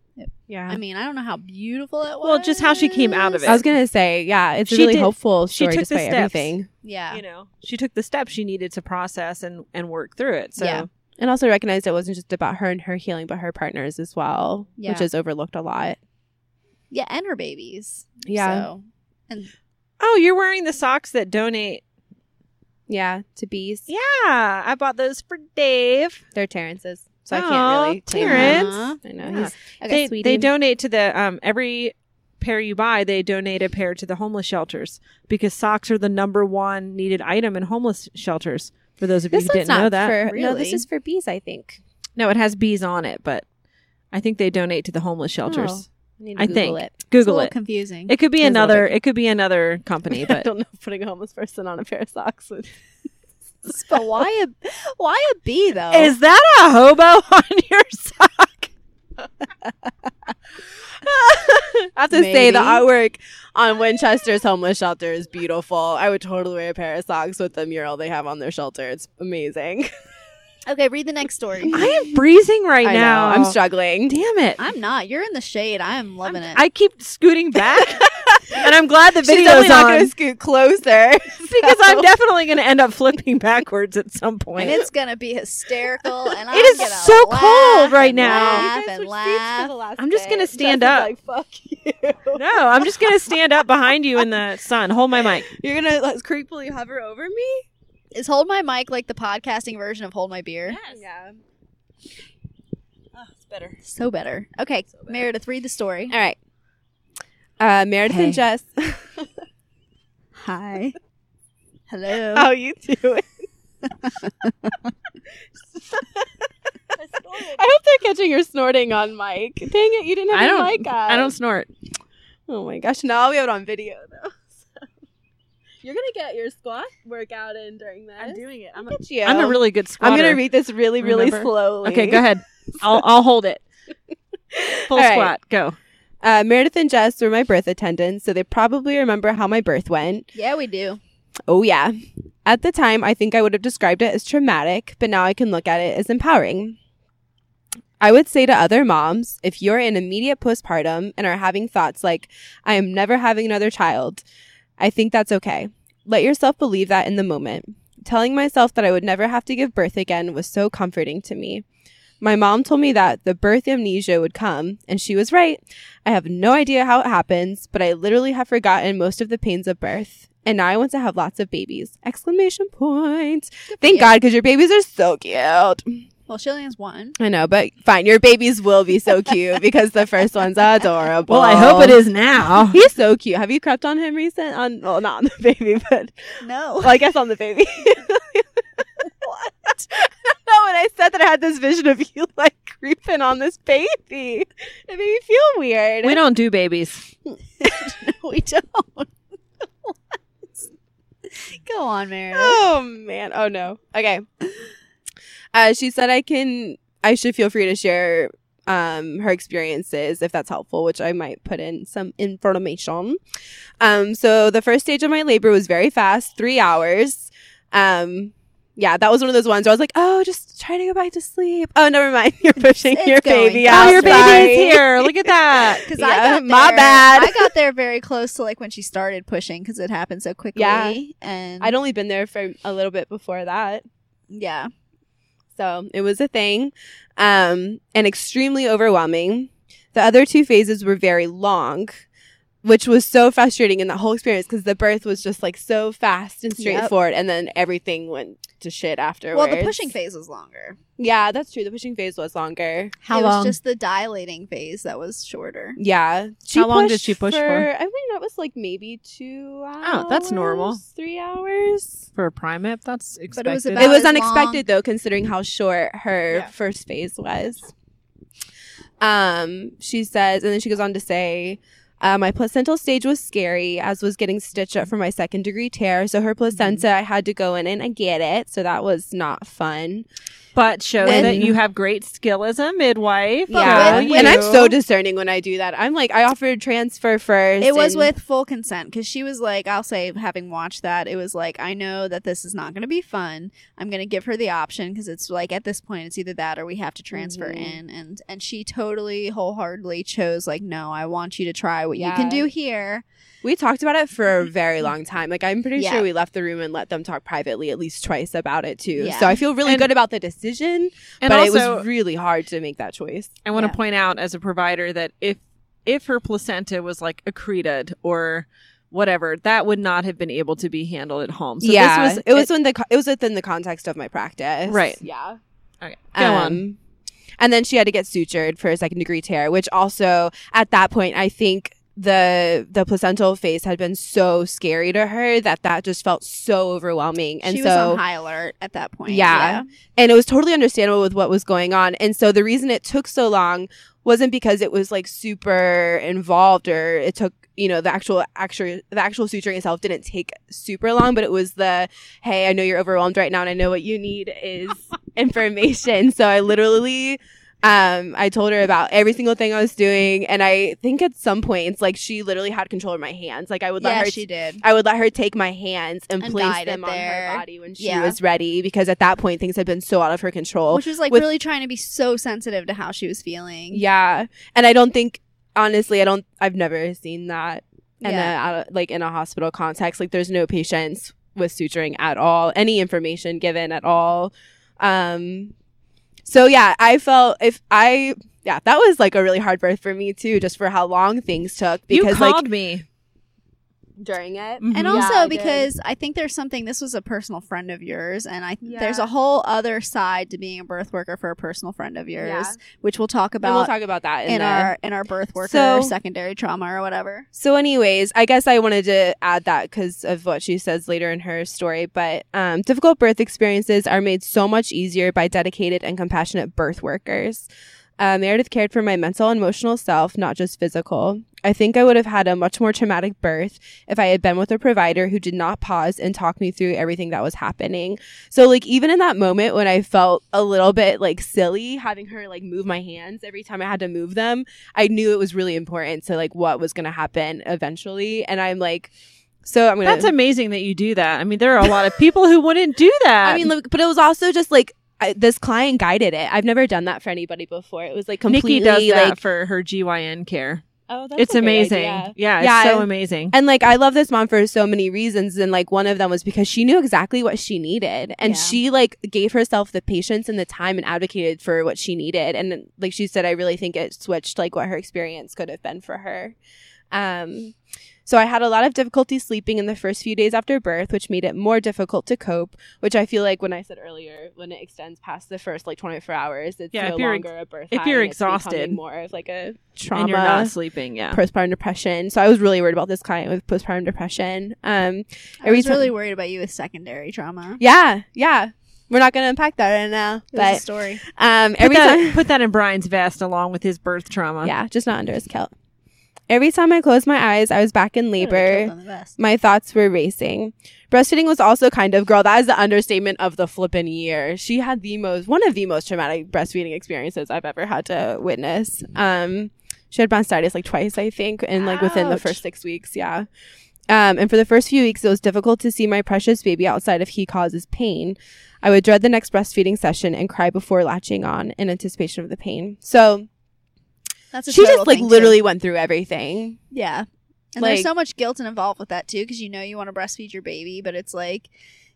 [SPEAKER 2] yeah
[SPEAKER 1] I mean, I don't know how beautiful it was.
[SPEAKER 3] Well, just how she came out of
[SPEAKER 2] I
[SPEAKER 3] it.
[SPEAKER 2] was gonna say yeah it's a
[SPEAKER 3] She
[SPEAKER 2] really
[SPEAKER 3] did-
[SPEAKER 2] hopeful
[SPEAKER 3] she
[SPEAKER 2] story
[SPEAKER 3] took the
[SPEAKER 2] despite
[SPEAKER 3] steps.
[SPEAKER 2] everything
[SPEAKER 1] Yeah.
[SPEAKER 3] You know, she took the steps she needed to process and and work through it. So
[SPEAKER 1] Yeah.
[SPEAKER 2] and also recognized it wasn't just about her and her healing but her partners as well which
[SPEAKER 1] Yeah.
[SPEAKER 2] is overlooked a lot
[SPEAKER 1] Yeah, and her babies.
[SPEAKER 2] yeah
[SPEAKER 1] So,
[SPEAKER 3] Oh, you're wearing the socks that donate.
[SPEAKER 2] yeah to bees
[SPEAKER 3] Yeah, I bought those for Dave.
[SPEAKER 2] they're Terrence's so I
[SPEAKER 3] Aw,
[SPEAKER 2] can't really claim them.
[SPEAKER 3] Terrence.
[SPEAKER 1] Aw.
[SPEAKER 2] I know
[SPEAKER 3] Yeah.
[SPEAKER 2] he's
[SPEAKER 1] Okay,
[SPEAKER 3] they, they donate to the um every pair you buy, they donate a pair to the homeless shelters because socks are the number one needed item in homeless shelters. For those of you
[SPEAKER 2] This
[SPEAKER 3] who
[SPEAKER 2] one's
[SPEAKER 3] didn't
[SPEAKER 2] not
[SPEAKER 3] know that,
[SPEAKER 2] for no.
[SPEAKER 1] Really?
[SPEAKER 2] This is for bees, I think.
[SPEAKER 3] no, it has bees on it, but I think they donate to the homeless shelters.
[SPEAKER 2] Oh. need
[SPEAKER 3] I
[SPEAKER 2] Google
[SPEAKER 3] think.
[SPEAKER 2] it.
[SPEAKER 1] it's a
[SPEAKER 3] Google
[SPEAKER 1] little
[SPEAKER 3] it.
[SPEAKER 1] confusing.
[SPEAKER 3] It could be
[SPEAKER 2] It is a little
[SPEAKER 3] another.
[SPEAKER 2] bit-
[SPEAKER 3] It could be another company,
[SPEAKER 2] I
[SPEAKER 3] but
[SPEAKER 2] don't know if putting a homeless person on a pair of socks would.
[SPEAKER 1] but why a why a bee though?
[SPEAKER 3] Is that a hobo on your sock?
[SPEAKER 2] I have to say the
[SPEAKER 1] Maybe.
[SPEAKER 2] artwork on Winchester's homeless shelter is beautiful. I would totally wear a pair of socks with the mural they have on their shelter. It's amazing.
[SPEAKER 1] Okay, read the next story.
[SPEAKER 3] I am freezing right
[SPEAKER 2] I know.
[SPEAKER 3] now.
[SPEAKER 2] I'm struggling.
[SPEAKER 3] Damn it.
[SPEAKER 1] I'm not. You're in the shade. I am loving it.
[SPEAKER 3] I keep scooting back, and I'm glad the
[SPEAKER 2] She's
[SPEAKER 3] video's
[SPEAKER 2] definitely not
[SPEAKER 3] on
[SPEAKER 2] going to scoot closer.
[SPEAKER 3] because I'm definitely going to end up flipping backwards at some
[SPEAKER 1] and
[SPEAKER 3] point.
[SPEAKER 1] it's gonna be hysterical. And I'm
[SPEAKER 3] is
[SPEAKER 1] gonna
[SPEAKER 3] so
[SPEAKER 1] laugh
[SPEAKER 3] cold right
[SPEAKER 1] and
[SPEAKER 3] now.
[SPEAKER 1] Laugh and laugh.
[SPEAKER 2] I'm
[SPEAKER 3] I'm just gonna stand up.
[SPEAKER 2] fuck you.
[SPEAKER 3] no, I'm just going to stand up behind you in the sun. Hold my mic.
[SPEAKER 2] You're gonna like, creepily hover over me.
[SPEAKER 1] Is hold my mic like the podcasting version of hold my beer?
[SPEAKER 2] Yeah. Oh, it's better.
[SPEAKER 1] So better. Okay, Meredith, read the story.
[SPEAKER 2] All right. Uh, Meredith and Jess.
[SPEAKER 1] Hi. Hello.
[SPEAKER 3] Oh.
[SPEAKER 2] you do it. I hope they're catching your snorting on mic. Dang it, you didn't have
[SPEAKER 3] I
[SPEAKER 2] your
[SPEAKER 3] don't-
[SPEAKER 2] mic on.
[SPEAKER 3] I don't snort.
[SPEAKER 2] Oh my gosh, now we have it on video though. So. You're gonna get your squat workout in during that.
[SPEAKER 3] doing it.
[SPEAKER 2] Look at you.
[SPEAKER 3] I'm a really good squatter.
[SPEAKER 2] I'm gonna read this really, really
[SPEAKER 3] Remember?
[SPEAKER 2] slowly.
[SPEAKER 3] Okay, go ahead. I'll I'll hold it. Full
[SPEAKER 2] All right.
[SPEAKER 3] squat. Go.
[SPEAKER 2] Uh, Meredith and Jess were my birth attendants, so they probably remember how my birth went.
[SPEAKER 1] Yeah, we do.
[SPEAKER 2] Oh, yeah. At the time, I think I would have described it as traumatic, but now I can look at it as empowering. I would say to other moms if you're in immediate postpartum and are having thoughts like, I am never having another child, I think that's okay. Let yourself believe that in the moment. Telling myself that I would never have to give birth again was so comforting to me. My mom told me that the birth amnesia would come, and she was right. I have no idea how it happens, but I literally have forgotten most of the pains of birth. And now I want to have lots of babies. Exclamation point. Thank
[SPEAKER 1] you.
[SPEAKER 2] God, because your babies are so cute.
[SPEAKER 1] Well, she only has one.
[SPEAKER 2] I know, but fine. Your babies will be so cute because the first one's adorable.
[SPEAKER 3] is now.
[SPEAKER 2] He's so cute. Have you crept on him recent? On well, not on the baby, but
[SPEAKER 1] No.
[SPEAKER 2] well, I guess on the baby. what? No, when I said that I had this vision of you like creeping on this baby, it made me feel weird.
[SPEAKER 3] we don't do babies.
[SPEAKER 1] we don't. Go on,
[SPEAKER 3] Uh,
[SPEAKER 1] Meredith.
[SPEAKER 2] Oh man. Oh no. Okay. Uh, she said I can. I should feel free to share um, her experiences if that's helpful, which I might put in some information. Um, so the first stage of my labor was very fast, three hours. Um, yeah, that was one of those ones where I was like, oh, just try to go back to sleep. Oh, never mind. You're pushing
[SPEAKER 1] It's
[SPEAKER 2] your
[SPEAKER 1] going
[SPEAKER 2] baby
[SPEAKER 1] fine.
[SPEAKER 2] out.
[SPEAKER 1] Oh,
[SPEAKER 3] oh, your
[SPEAKER 2] Sorry.
[SPEAKER 3] baby's here. Look at that.
[SPEAKER 1] Because I
[SPEAKER 2] yeah,
[SPEAKER 1] got
[SPEAKER 2] my
[SPEAKER 1] there-
[SPEAKER 2] bad.
[SPEAKER 1] I got there very close to like when she started pushing because it happened so quickly.
[SPEAKER 2] Yeah.
[SPEAKER 1] and
[SPEAKER 2] I'd only been there for a little bit before that.
[SPEAKER 1] Yeah,
[SPEAKER 2] So it was a thing um, and extremely overwhelming. The other two phases were very long, which was so frustrating in that whole experience because the birth was just like so fast and straightforward. And then everything went to shit afterwards.
[SPEAKER 1] well, the pushing phase was longer.
[SPEAKER 2] Yeah, that's true. The pushing phase was longer.
[SPEAKER 1] it was just the dilating phase that was shorter.
[SPEAKER 2] Yeah. She
[SPEAKER 3] How long did
[SPEAKER 2] pushed
[SPEAKER 3] she push for?
[SPEAKER 2] I mean, that was like maybe two hours.
[SPEAKER 3] Oh, that's normal.
[SPEAKER 2] Three hours.
[SPEAKER 3] for a primate? That's expected.
[SPEAKER 1] it was
[SPEAKER 2] it
[SPEAKER 1] About
[SPEAKER 2] was
[SPEAKER 1] as
[SPEAKER 2] unexpected though considering how short her
[SPEAKER 3] Yeah.
[SPEAKER 2] first phase was um she says and then she goes on to say uh, my placental stage was scary as was getting stitched up for my second degree tear so her placenta
[SPEAKER 1] Mm-hmm.
[SPEAKER 2] i had to go in and i get it so that was not fun
[SPEAKER 3] but show
[SPEAKER 1] And-
[SPEAKER 3] that you have great skill as a midwife.
[SPEAKER 1] Yeah.
[SPEAKER 3] Go
[SPEAKER 1] with
[SPEAKER 2] and i'm
[SPEAKER 3] you.
[SPEAKER 2] so discerning when i do that i'm like i offered transfer first
[SPEAKER 1] It was
[SPEAKER 2] and-
[SPEAKER 1] with full consent because she was like, I'll say, having watched that, it was like, I know that this is not going to be fun. I'm going to give her the option because it's like at this point, it's either that or we have to transfer
[SPEAKER 2] Mhm.
[SPEAKER 1] in. And and she totally wholeheartedly chose like, no, I want you to try what you
[SPEAKER 2] Yeah.
[SPEAKER 1] can do here.
[SPEAKER 2] we talked about it for a very long time like i'm pretty
[SPEAKER 1] Yeah.
[SPEAKER 2] sure we left the room and let them talk privately at least twice about it too
[SPEAKER 1] Yeah.
[SPEAKER 2] so i feel really
[SPEAKER 3] And-
[SPEAKER 2] good about the decision
[SPEAKER 3] And
[SPEAKER 2] but
[SPEAKER 3] also,
[SPEAKER 2] it was really hard to make that choice.
[SPEAKER 3] I want to
[SPEAKER 1] Yeah.
[SPEAKER 3] point out as a provider that if if her placenta was like accreted or whatever, that would not have been able to be handled at home. So this
[SPEAKER 2] yeah,
[SPEAKER 3] was-
[SPEAKER 2] it was when the co- it was within the context of my practice,
[SPEAKER 3] Right.
[SPEAKER 2] Yeah.
[SPEAKER 3] Okay, go on.
[SPEAKER 2] Um, And then she had to get sutured for a second degree tear, which also at that point I think the the placental phase had been so scary to her that that just felt so overwhelming, and
[SPEAKER 1] she was
[SPEAKER 2] so
[SPEAKER 1] on high alert at that point.
[SPEAKER 2] Yeah. and it was totally understandable with what was going on. And so the reason it took so long wasn't because it was like super involved or it took you know the actual actual the actual suturing itself didn't take super long, but it was the hey, I know you're overwhelmed right now, and I know what you need is information. So I literally Um, I told her about every single thing I was doing, and I think at some points, like she literally had control of my hands. Like I would let
[SPEAKER 1] yeah,
[SPEAKER 2] her
[SPEAKER 1] she did.
[SPEAKER 2] I would let her take my hands and,
[SPEAKER 1] And
[SPEAKER 2] place
[SPEAKER 1] guide it
[SPEAKER 2] them on
[SPEAKER 1] there.
[SPEAKER 2] her body when she
[SPEAKER 1] Yeah.
[SPEAKER 2] was ready because at that point things had been so out of her control.
[SPEAKER 1] Which was like
[SPEAKER 2] with-
[SPEAKER 1] really trying to be so sensitive to how she was feeling.
[SPEAKER 2] yeah. And I don't think honestly I don't I've never seen that in
[SPEAKER 1] Yeah.
[SPEAKER 2] a, out of- like in a hospital context like there's no patients with suturing at all any information given at all um so yeah i felt if i yeah that was like a really hard birth for me too just for how long things took
[SPEAKER 3] you
[SPEAKER 2] because
[SPEAKER 3] called
[SPEAKER 2] like
[SPEAKER 3] me.
[SPEAKER 2] during it
[SPEAKER 3] Mhm.
[SPEAKER 1] And
[SPEAKER 2] Yeah,
[SPEAKER 1] also
[SPEAKER 2] I did.
[SPEAKER 1] because I think there's something this was a personal friend of yours and I
[SPEAKER 2] Yeah.
[SPEAKER 1] there's a whole other side to being a birth worker for a personal friend of yours,
[SPEAKER 2] Yeah.
[SPEAKER 1] which we'll talk
[SPEAKER 2] and
[SPEAKER 1] about
[SPEAKER 2] we'll talk about that in,
[SPEAKER 1] in,
[SPEAKER 2] the-
[SPEAKER 1] our in our birth worker
[SPEAKER 2] So-
[SPEAKER 1] secondary trauma or whatever.
[SPEAKER 2] So, anyways, I guess I wanted to add that because of what she says later in her story. But um, difficult birth experiences are made so much easier by dedicated and compassionate birth workers. Uh, Meredith cared for my mental and emotional self, not just physical. I think I would have had a much more traumatic birth if I had been with a provider who did not pause and talk me through everything that was happening. So, like, even in that moment when I felt a little bit like silly having her like move my hands every time I had to move them, I knew it was really important to like what was going to happen eventually. And I'm like, so I'm going to.
[SPEAKER 3] That's amazing that you do that. I mean, there are a lot of people who wouldn't do that.
[SPEAKER 2] I mean, look, but it was also just like I, this client guided it. I've never done that for anybody before. It was like completely
[SPEAKER 3] Nikki does that
[SPEAKER 2] like
[SPEAKER 3] for her GYN care.
[SPEAKER 2] oh, that's
[SPEAKER 3] It's
[SPEAKER 2] a great
[SPEAKER 3] amazing.
[SPEAKER 2] idea.
[SPEAKER 3] Yeah, it's
[SPEAKER 2] Yeah,
[SPEAKER 3] so
[SPEAKER 2] and-
[SPEAKER 3] amazing.
[SPEAKER 2] And like I love this mom for so many reasons and like one of them was because she knew exactly what she needed and
[SPEAKER 1] Yeah.
[SPEAKER 2] she like gave herself the patience and the time and advocated for what she needed and like she said I really think it switched like what her experience could have been for her. Um so I had a lot of difficulty sleeping in the first few days after birth, which made it more difficult to cope, which I feel like when I said earlier when it extends past the first like 24 hours it's
[SPEAKER 3] Yeah,
[SPEAKER 2] no
[SPEAKER 3] if you're ex-
[SPEAKER 2] longer a birth
[SPEAKER 3] if
[SPEAKER 2] high
[SPEAKER 3] you're
[SPEAKER 2] and it's becoming
[SPEAKER 3] exhausted.
[SPEAKER 2] more of like a trauma
[SPEAKER 3] And you're not sleeping. Yeah.
[SPEAKER 2] postpartum depression. So I was really worried about this client with postpartum depression.
[SPEAKER 1] I
[SPEAKER 2] Um,
[SPEAKER 1] was
[SPEAKER 2] Every
[SPEAKER 1] really
[SPEAKER 2] time-
[SPEAKER 1] worried about you with secondary trauma.
[SPEAKER 2] yeah, yeah. We're not going to unpack that right now,
[SPEAKER 1] It was a
[SPEAKER 2] but
[SPEAKER 1] story.
[SPEAKER 2] um,
[SPEAKER 3] Put
[SPEAKER 2] every
[SPEAKER 3] that,
[SPEAKER 2] time,
[SPEAKER 3] put that in Brian's vest along with his birth trauma.
[SPEAKER 2] yeah, just not under his kilt. Every time I closed my eyes, I was back
[SPEAKER 3] Oh
[SPEAKER 2] in
[SPEAKER 1] Really
[SPEAKER 2] labor.
[SPEAKER 1] killed them the best.
[SPEAKER 2] My thoughts were racing. Breastfeeding was also kind of girl. That is the understatement of the flippin' year. She had the most, one of the most traumatic breastfeeding experiences I've ever had to witness. Um, she had mastitis like twice, I think, and like within the
[SPEAKER 3] Ouch.
[SPEAKER 2] first six weeks. Yeah. Um, and for the first few weeks, it was difficult to see my precious baby outside of he causes pain. I would dread the next breastfeeding session and cry before latching on in anticipation of the pain. So
[SPEAKER 1] That's a
[SPEAKER 2] she
[SPEAKER 1] total
[SPEAKER 2] just like
[SPEAKER 1] thing, too.
[SPEAKER 2] literally went through everything.
[SPEAKER 1] Yeah. And
[SPEAKER 2] Like-
[SPEAKER 1] there's so much guilt involved with that too, because you know you want to breastfeed your baby, but it's like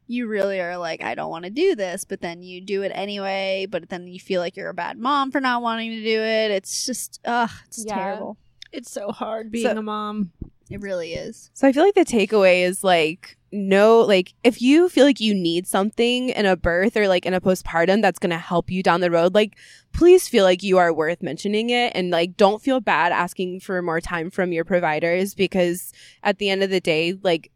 [SPEAKER 1] you really are like, I don't want to do this, but then you do it anyway, but then you feel like you're a bad mom for not wanting to do it. It's just, ugh, it's
[SPEAKER 2] Yeah.
[SPEAKER 1] terrible.
[SPEAKER 3] It's so hard being
[SPEAKER 2] So-
[SPEAKER 3] a mom.
[SPEAKER 1] It really is.
[SPEAKER 2] So I feel like the takeaway is like no like if you feel like you need something in a birth or like in a postpartum that's going to help you down the road like please feel like you are worth mentioning it and like don't feel bad asking for more time from your providers because at the end of the day like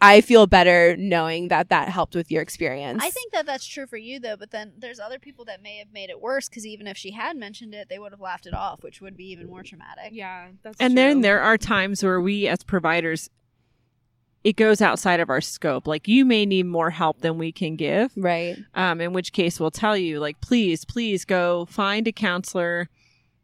[SPEAKER 2] I feel better knowing that that helped with your experience.
[SPEAKER 1] I think that that's true for you though, but then there's other people that may have made it worse because even if she had mentioned it, they would have laughed it off, which would be even more traumatic.
[SPEAKER 2] yeah, that's
[SPEAKER 3] and then there are times where we as providers it goes outside of our scope like you may need more help than we can give
[SPEAKER 2] right.
[SPEAKER 3] um, in which case we'll tell you like please please go find a counselor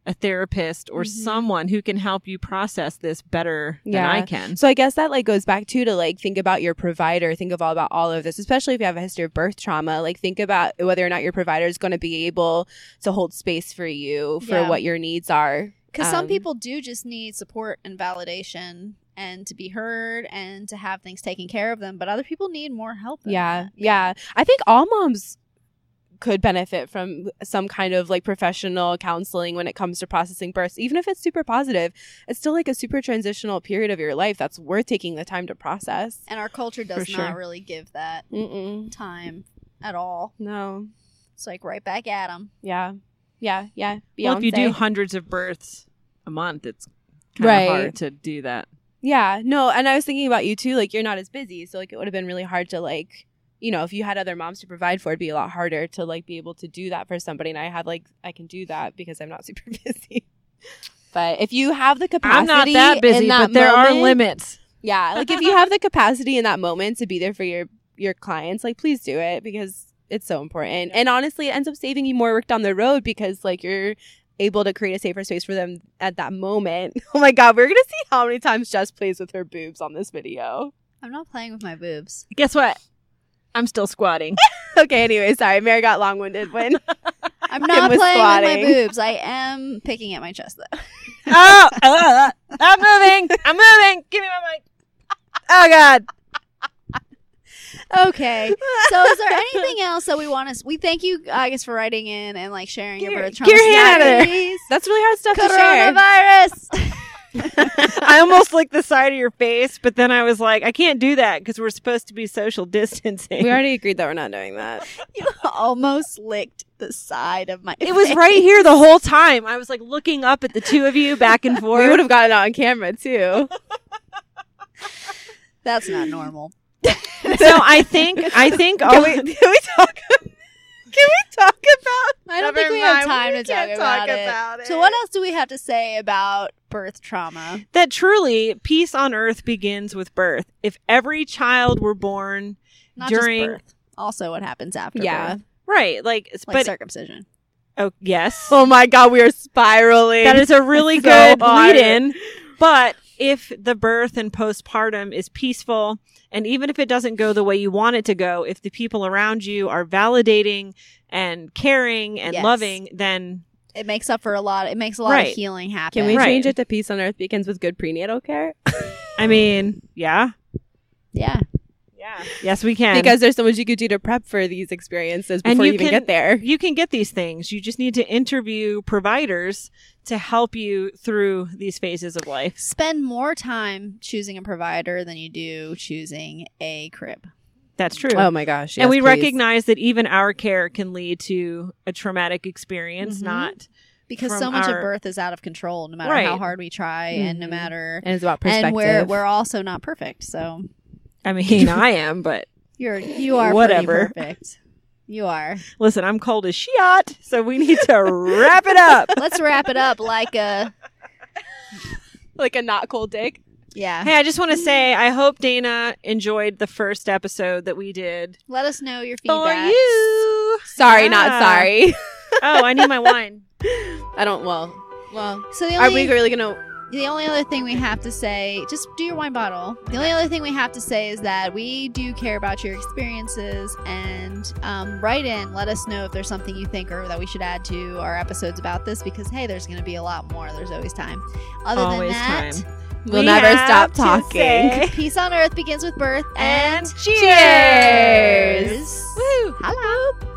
[SPEAKER 3] a therapist or
[SPEAKER 2] Mhm.
[SPEAKER 3] someone who can help you process this better
[SPEAKER 2] Yeah.
[SPEAKER 3] than i can
[SPEAKER 2] So I guess that like goes back to to like think about your provider, think of all about all of this, especially if you have a history of birth trauma. Like think about whether or not your provider is going to be able to hold space for you for
[SPEAKER 1] Yeah.
[SPEAKER 2] what your needs are.
[SPEAKER 1] Because some
[SPEAKER 2] Um,
[SPEAKER 1] people do just need support and validation and to be heard and to have things taken care of them, but other people need more help. Than
[SPEAKER 2] Yeah,
[SPEAKER 1] that.
[SPEAKER 2] yeah. I think all moms could benefit from some kind of like professional counseling when it comes to processing births, even if it's super positive. It's still like a super transitional period of your life that's worth taking the time to process.
[SPEAKER 1] And our culture does
[SPEAKER 3] For sure.
[SPEAKER 1] not really give that
[SPEAKER 2] Mm-mm.
[SPEAKER 1] time at all.
[SPEAKER 2] No.
[SPEAKER 1] It's like right back at them.
[SPEAKER 2] Yeah. Yeah. Yeah.
[SPEAKER 3] well, if you do
[SPEAKER 2] Beyonce.
[SPEAKER 3] hundreds of births a month it's kind
[SPEAKER 2] Right.
[SPEAKER 3] of hard to do that
[SPEAKER 2] Yeah, no, and I was thinking about you too. Like, you're not as busy, so like it would have been really hard to like, you know, if you had other moms to provide for, it'd be a lot harder to like be able to do that for somebody. And I had like, I can do that because I'm not super busy. But if you have the capacity,
[SPEAKER 3] i'm not that busy
[SPEAKER 2] in that
[SPEAKER 3] but there are
[SPEAKER 2] moment-
[SPEAKER 3] limits
[SPEAKER 2] Yeah, like if you have the capacity in that moment to be there for your your clients, like please do it because it's so important. And honestly, it ends up saving you more work down the road because like you're able to create a safer space for them at that moment. Oh my god, we're gonna see how many times Jess plays with her boobs on this video.
[SPEAKER 1] I'm not playing with my boobs.
[SPEAKER 3] Guess what? I'm still squatting.
[SPEAKER 2] Okay, anyway, sorry, Mary got long winded when
[SPEAKER 1] I'm
[SPEAKER 2] Fucking
[SPEAKER 1] not
[SPEAKER 2] was
[SPEAKER 1] playing
[SPEAKER 2] squatting.
[SPEAKER 1] with my boobs. I am picking at my chest though.
[SPEAKER 3] oh, uh, uh, I'm moving. I'm moving. Give me my mic. Oh God.
[SPEAKER 1] Okay. So is there anything else that we want to? We thank you, I guess, for writing in and like sharing your
[SPEAKER 3] Get-
[SPEAKER 1] birth
[SPEAKER 3] get
[SPEAKER 1] trauma
[SPEAKER 3] your hand out of there.
[SPEAKER 1] stories.
[SPEAKER 2] that's really hard stuff to share.
[SPEAKER 1] Coronavirus.
[SPEAKER 3] I almost licked the side of your face, but then I was like, I can't do that because we're supposed to be social distancing.
[SPEAKER 2] We already agreed that we're not doing that.
[SPEAKER 1] you almost licked the side of my.
[SPEAKER 3] it was right here the whole time. I was like looking up at the two of you back and forth.
[SPEAKER 2] we would have gotten it on camera too.
[SPEAKER 1] That's not normal.
[SPEAKER 3] so I think I think all,
[SPEAKER 2] Can we, can we talk? Can we talk about?
[SPEAKER 1] I don't
[SPEAKER 2] Never
[SPEAKER 1] think we have
[SPEAKER 2] mind,
[SPEAKER 1] time to talk
[SPEAKER 2] can't
[SPEAKER 1] about,
[SPEAKER 2] talk
[SPEAKER 1] it.
[SPEAKER 2] about
[SPEAKER 1] So
[SPEAKER 2] it.
[SPEAKER 1] what else do we have to say about birth trauma?
[SPEAKER 3] that truly peace on earth begins with birth. If every child were born
[SPEAKER 1] Not
[SPEAKER 3] During-
[SPEAKER 1] just birth. Also, what happens after
[SPEAKER 2] Yeah.
[SPEAKER 1] birth,
[SPEAKER 3] right, like,
[SPEAKER 1] like
[SPEAKER 3] but
[SPEAKER 1] circumcision.
[SPEAKER 3] oh yes,
[SPEAKER 2] Oh my god, we are spiraling.
[SPEAKER 3] that is a really
[SPEAKER 2] So
[SPEAKER 3] good
[SPEAKER 2] hard.
[SPEAKER 3] lead in. But if the birth and postpartum is peaceful, and even if it doesn't go the way you want it to go, if the people around you are validating and caring and
[SPEAKER 1] Yes.
[SPEAKER 3] loving, then
[SPEAKER 1] It makes up for a lot. It makes a lot
[SPEAKER 3] Right.
[SPEAKER 1] of healing happen.
[SPEAKER 2] Can we
[SPEAKER 3] Right.
[SPEAKER 2] change it to peace on earth begins with good prenatal care?
[SPEAKER 3] I mean, yeah,
[SPEAKER 1] Yeah.
[SPEAKER 3] yeah, yes, we can
[SPEAKER 2] because there's so much you could do to prep for these experiences
[SPEAKER 3] And
[SPEAKER 2] before you,
[SPEAKER 3] you
[SPEAKER 2] even
[SPEAKER 3] can-
[SPEAKER 2] get there.
[SPEAKER 3] you can get these things. You just need to interview providers to help you through these phases of life.
[SPEAKER 1] Spend more time choosing a provider than you do choosing a crib.
[SPEAKER 3] That's true.
[SPEAKER 2] Oh my gosh.
[SPEAKER 3] and
[SPEAKER 2] yes,
[SPEAKER 3] we
[SPEAKER 2] please.
[SPEAKER 3] recognize that even our care can lead to a traumatic experience,
[SPEAKER 2] Mm-hmm.
[SPEAKER 1] Mhm.
[SPEAKER 3] not
[SPEAKER 1] Because
[SPEAKER 3] From
[SPEAKER 1] so much
[SPEAKER 3] our-
[SPEAKER 1] of birth is out of control, no matter
[SPEAKER 3] Right. Mm-hmm.
[SPEAKER 1] how hard we try and no
[SPEAKER 2] Mhm.
[SPEAKER 1] matter
[SPEAKER 2] And it's about perspective.
[SPEAKER 1] and we're we're also not perfect. So
[SPEAKER 3] I mean, I am, but
[SPEAKER 1] you're you are
[SPEAKER 3] Whatever.
[SPEAKER 1] pretty perfect. You are.
[SPEAKER 3] listen, I'm cold as shiat, so we need to wrap it up.
[SPEAKER 1] Let's wrap it up like a
[SPEAKER 2] like a not cold dick.
[SPEAKER 1] yeah.
[SPEAKER 3] Hey, I just want to say I hope Dana enjoyed the first episode that we did.
[SPEAKER 1] Let us know your
[SPEAKER 3] For
[SPEAKER 1] feedback.
[SPEAKER 3] you.
[SPEAKER 2] Sorry,
[SPEAKER 3] Yeah.
[SPEAKER 2] not sorry.
[SPEAKER 3] Oh, I need my wine.
[SPEAKER 2] I don't. Well, well.
[SPEAKER 1] So the
[SPEAKER 2] Are
[SPEAKER 1] only
[SPEAKER 2] we really gonna?
[SPEAKER 1] the only other thing we have to say, just do your wine bottle. The only other thing we have to say is that we do care about your experiences and um, write in. Let us know if there's something you think or that we should add to our episodes about this because, hey, there's going to be a lot more. There's always time. Other
[SPEAKER 3] Always
[SPEAKER 1] than that,
[SPEAKER 3] time.
[SPEAKER 2] We'll
[SPEAKER 3] We
[SPEAKER 2] never
[SPEAKER 3] have
[SPEAKER 2] stop
[SPEAKER 3] to
[SPEAKER 2] talking.
[SPEAKER 3] say-
[SPEAKER 1] peace on earth begins with birth and,
[SPEAKER 3] And cheers.
[SPEAKER 1] cheers.
[SPEAKER 3] Woo.
[SPEAKER 1] Hello.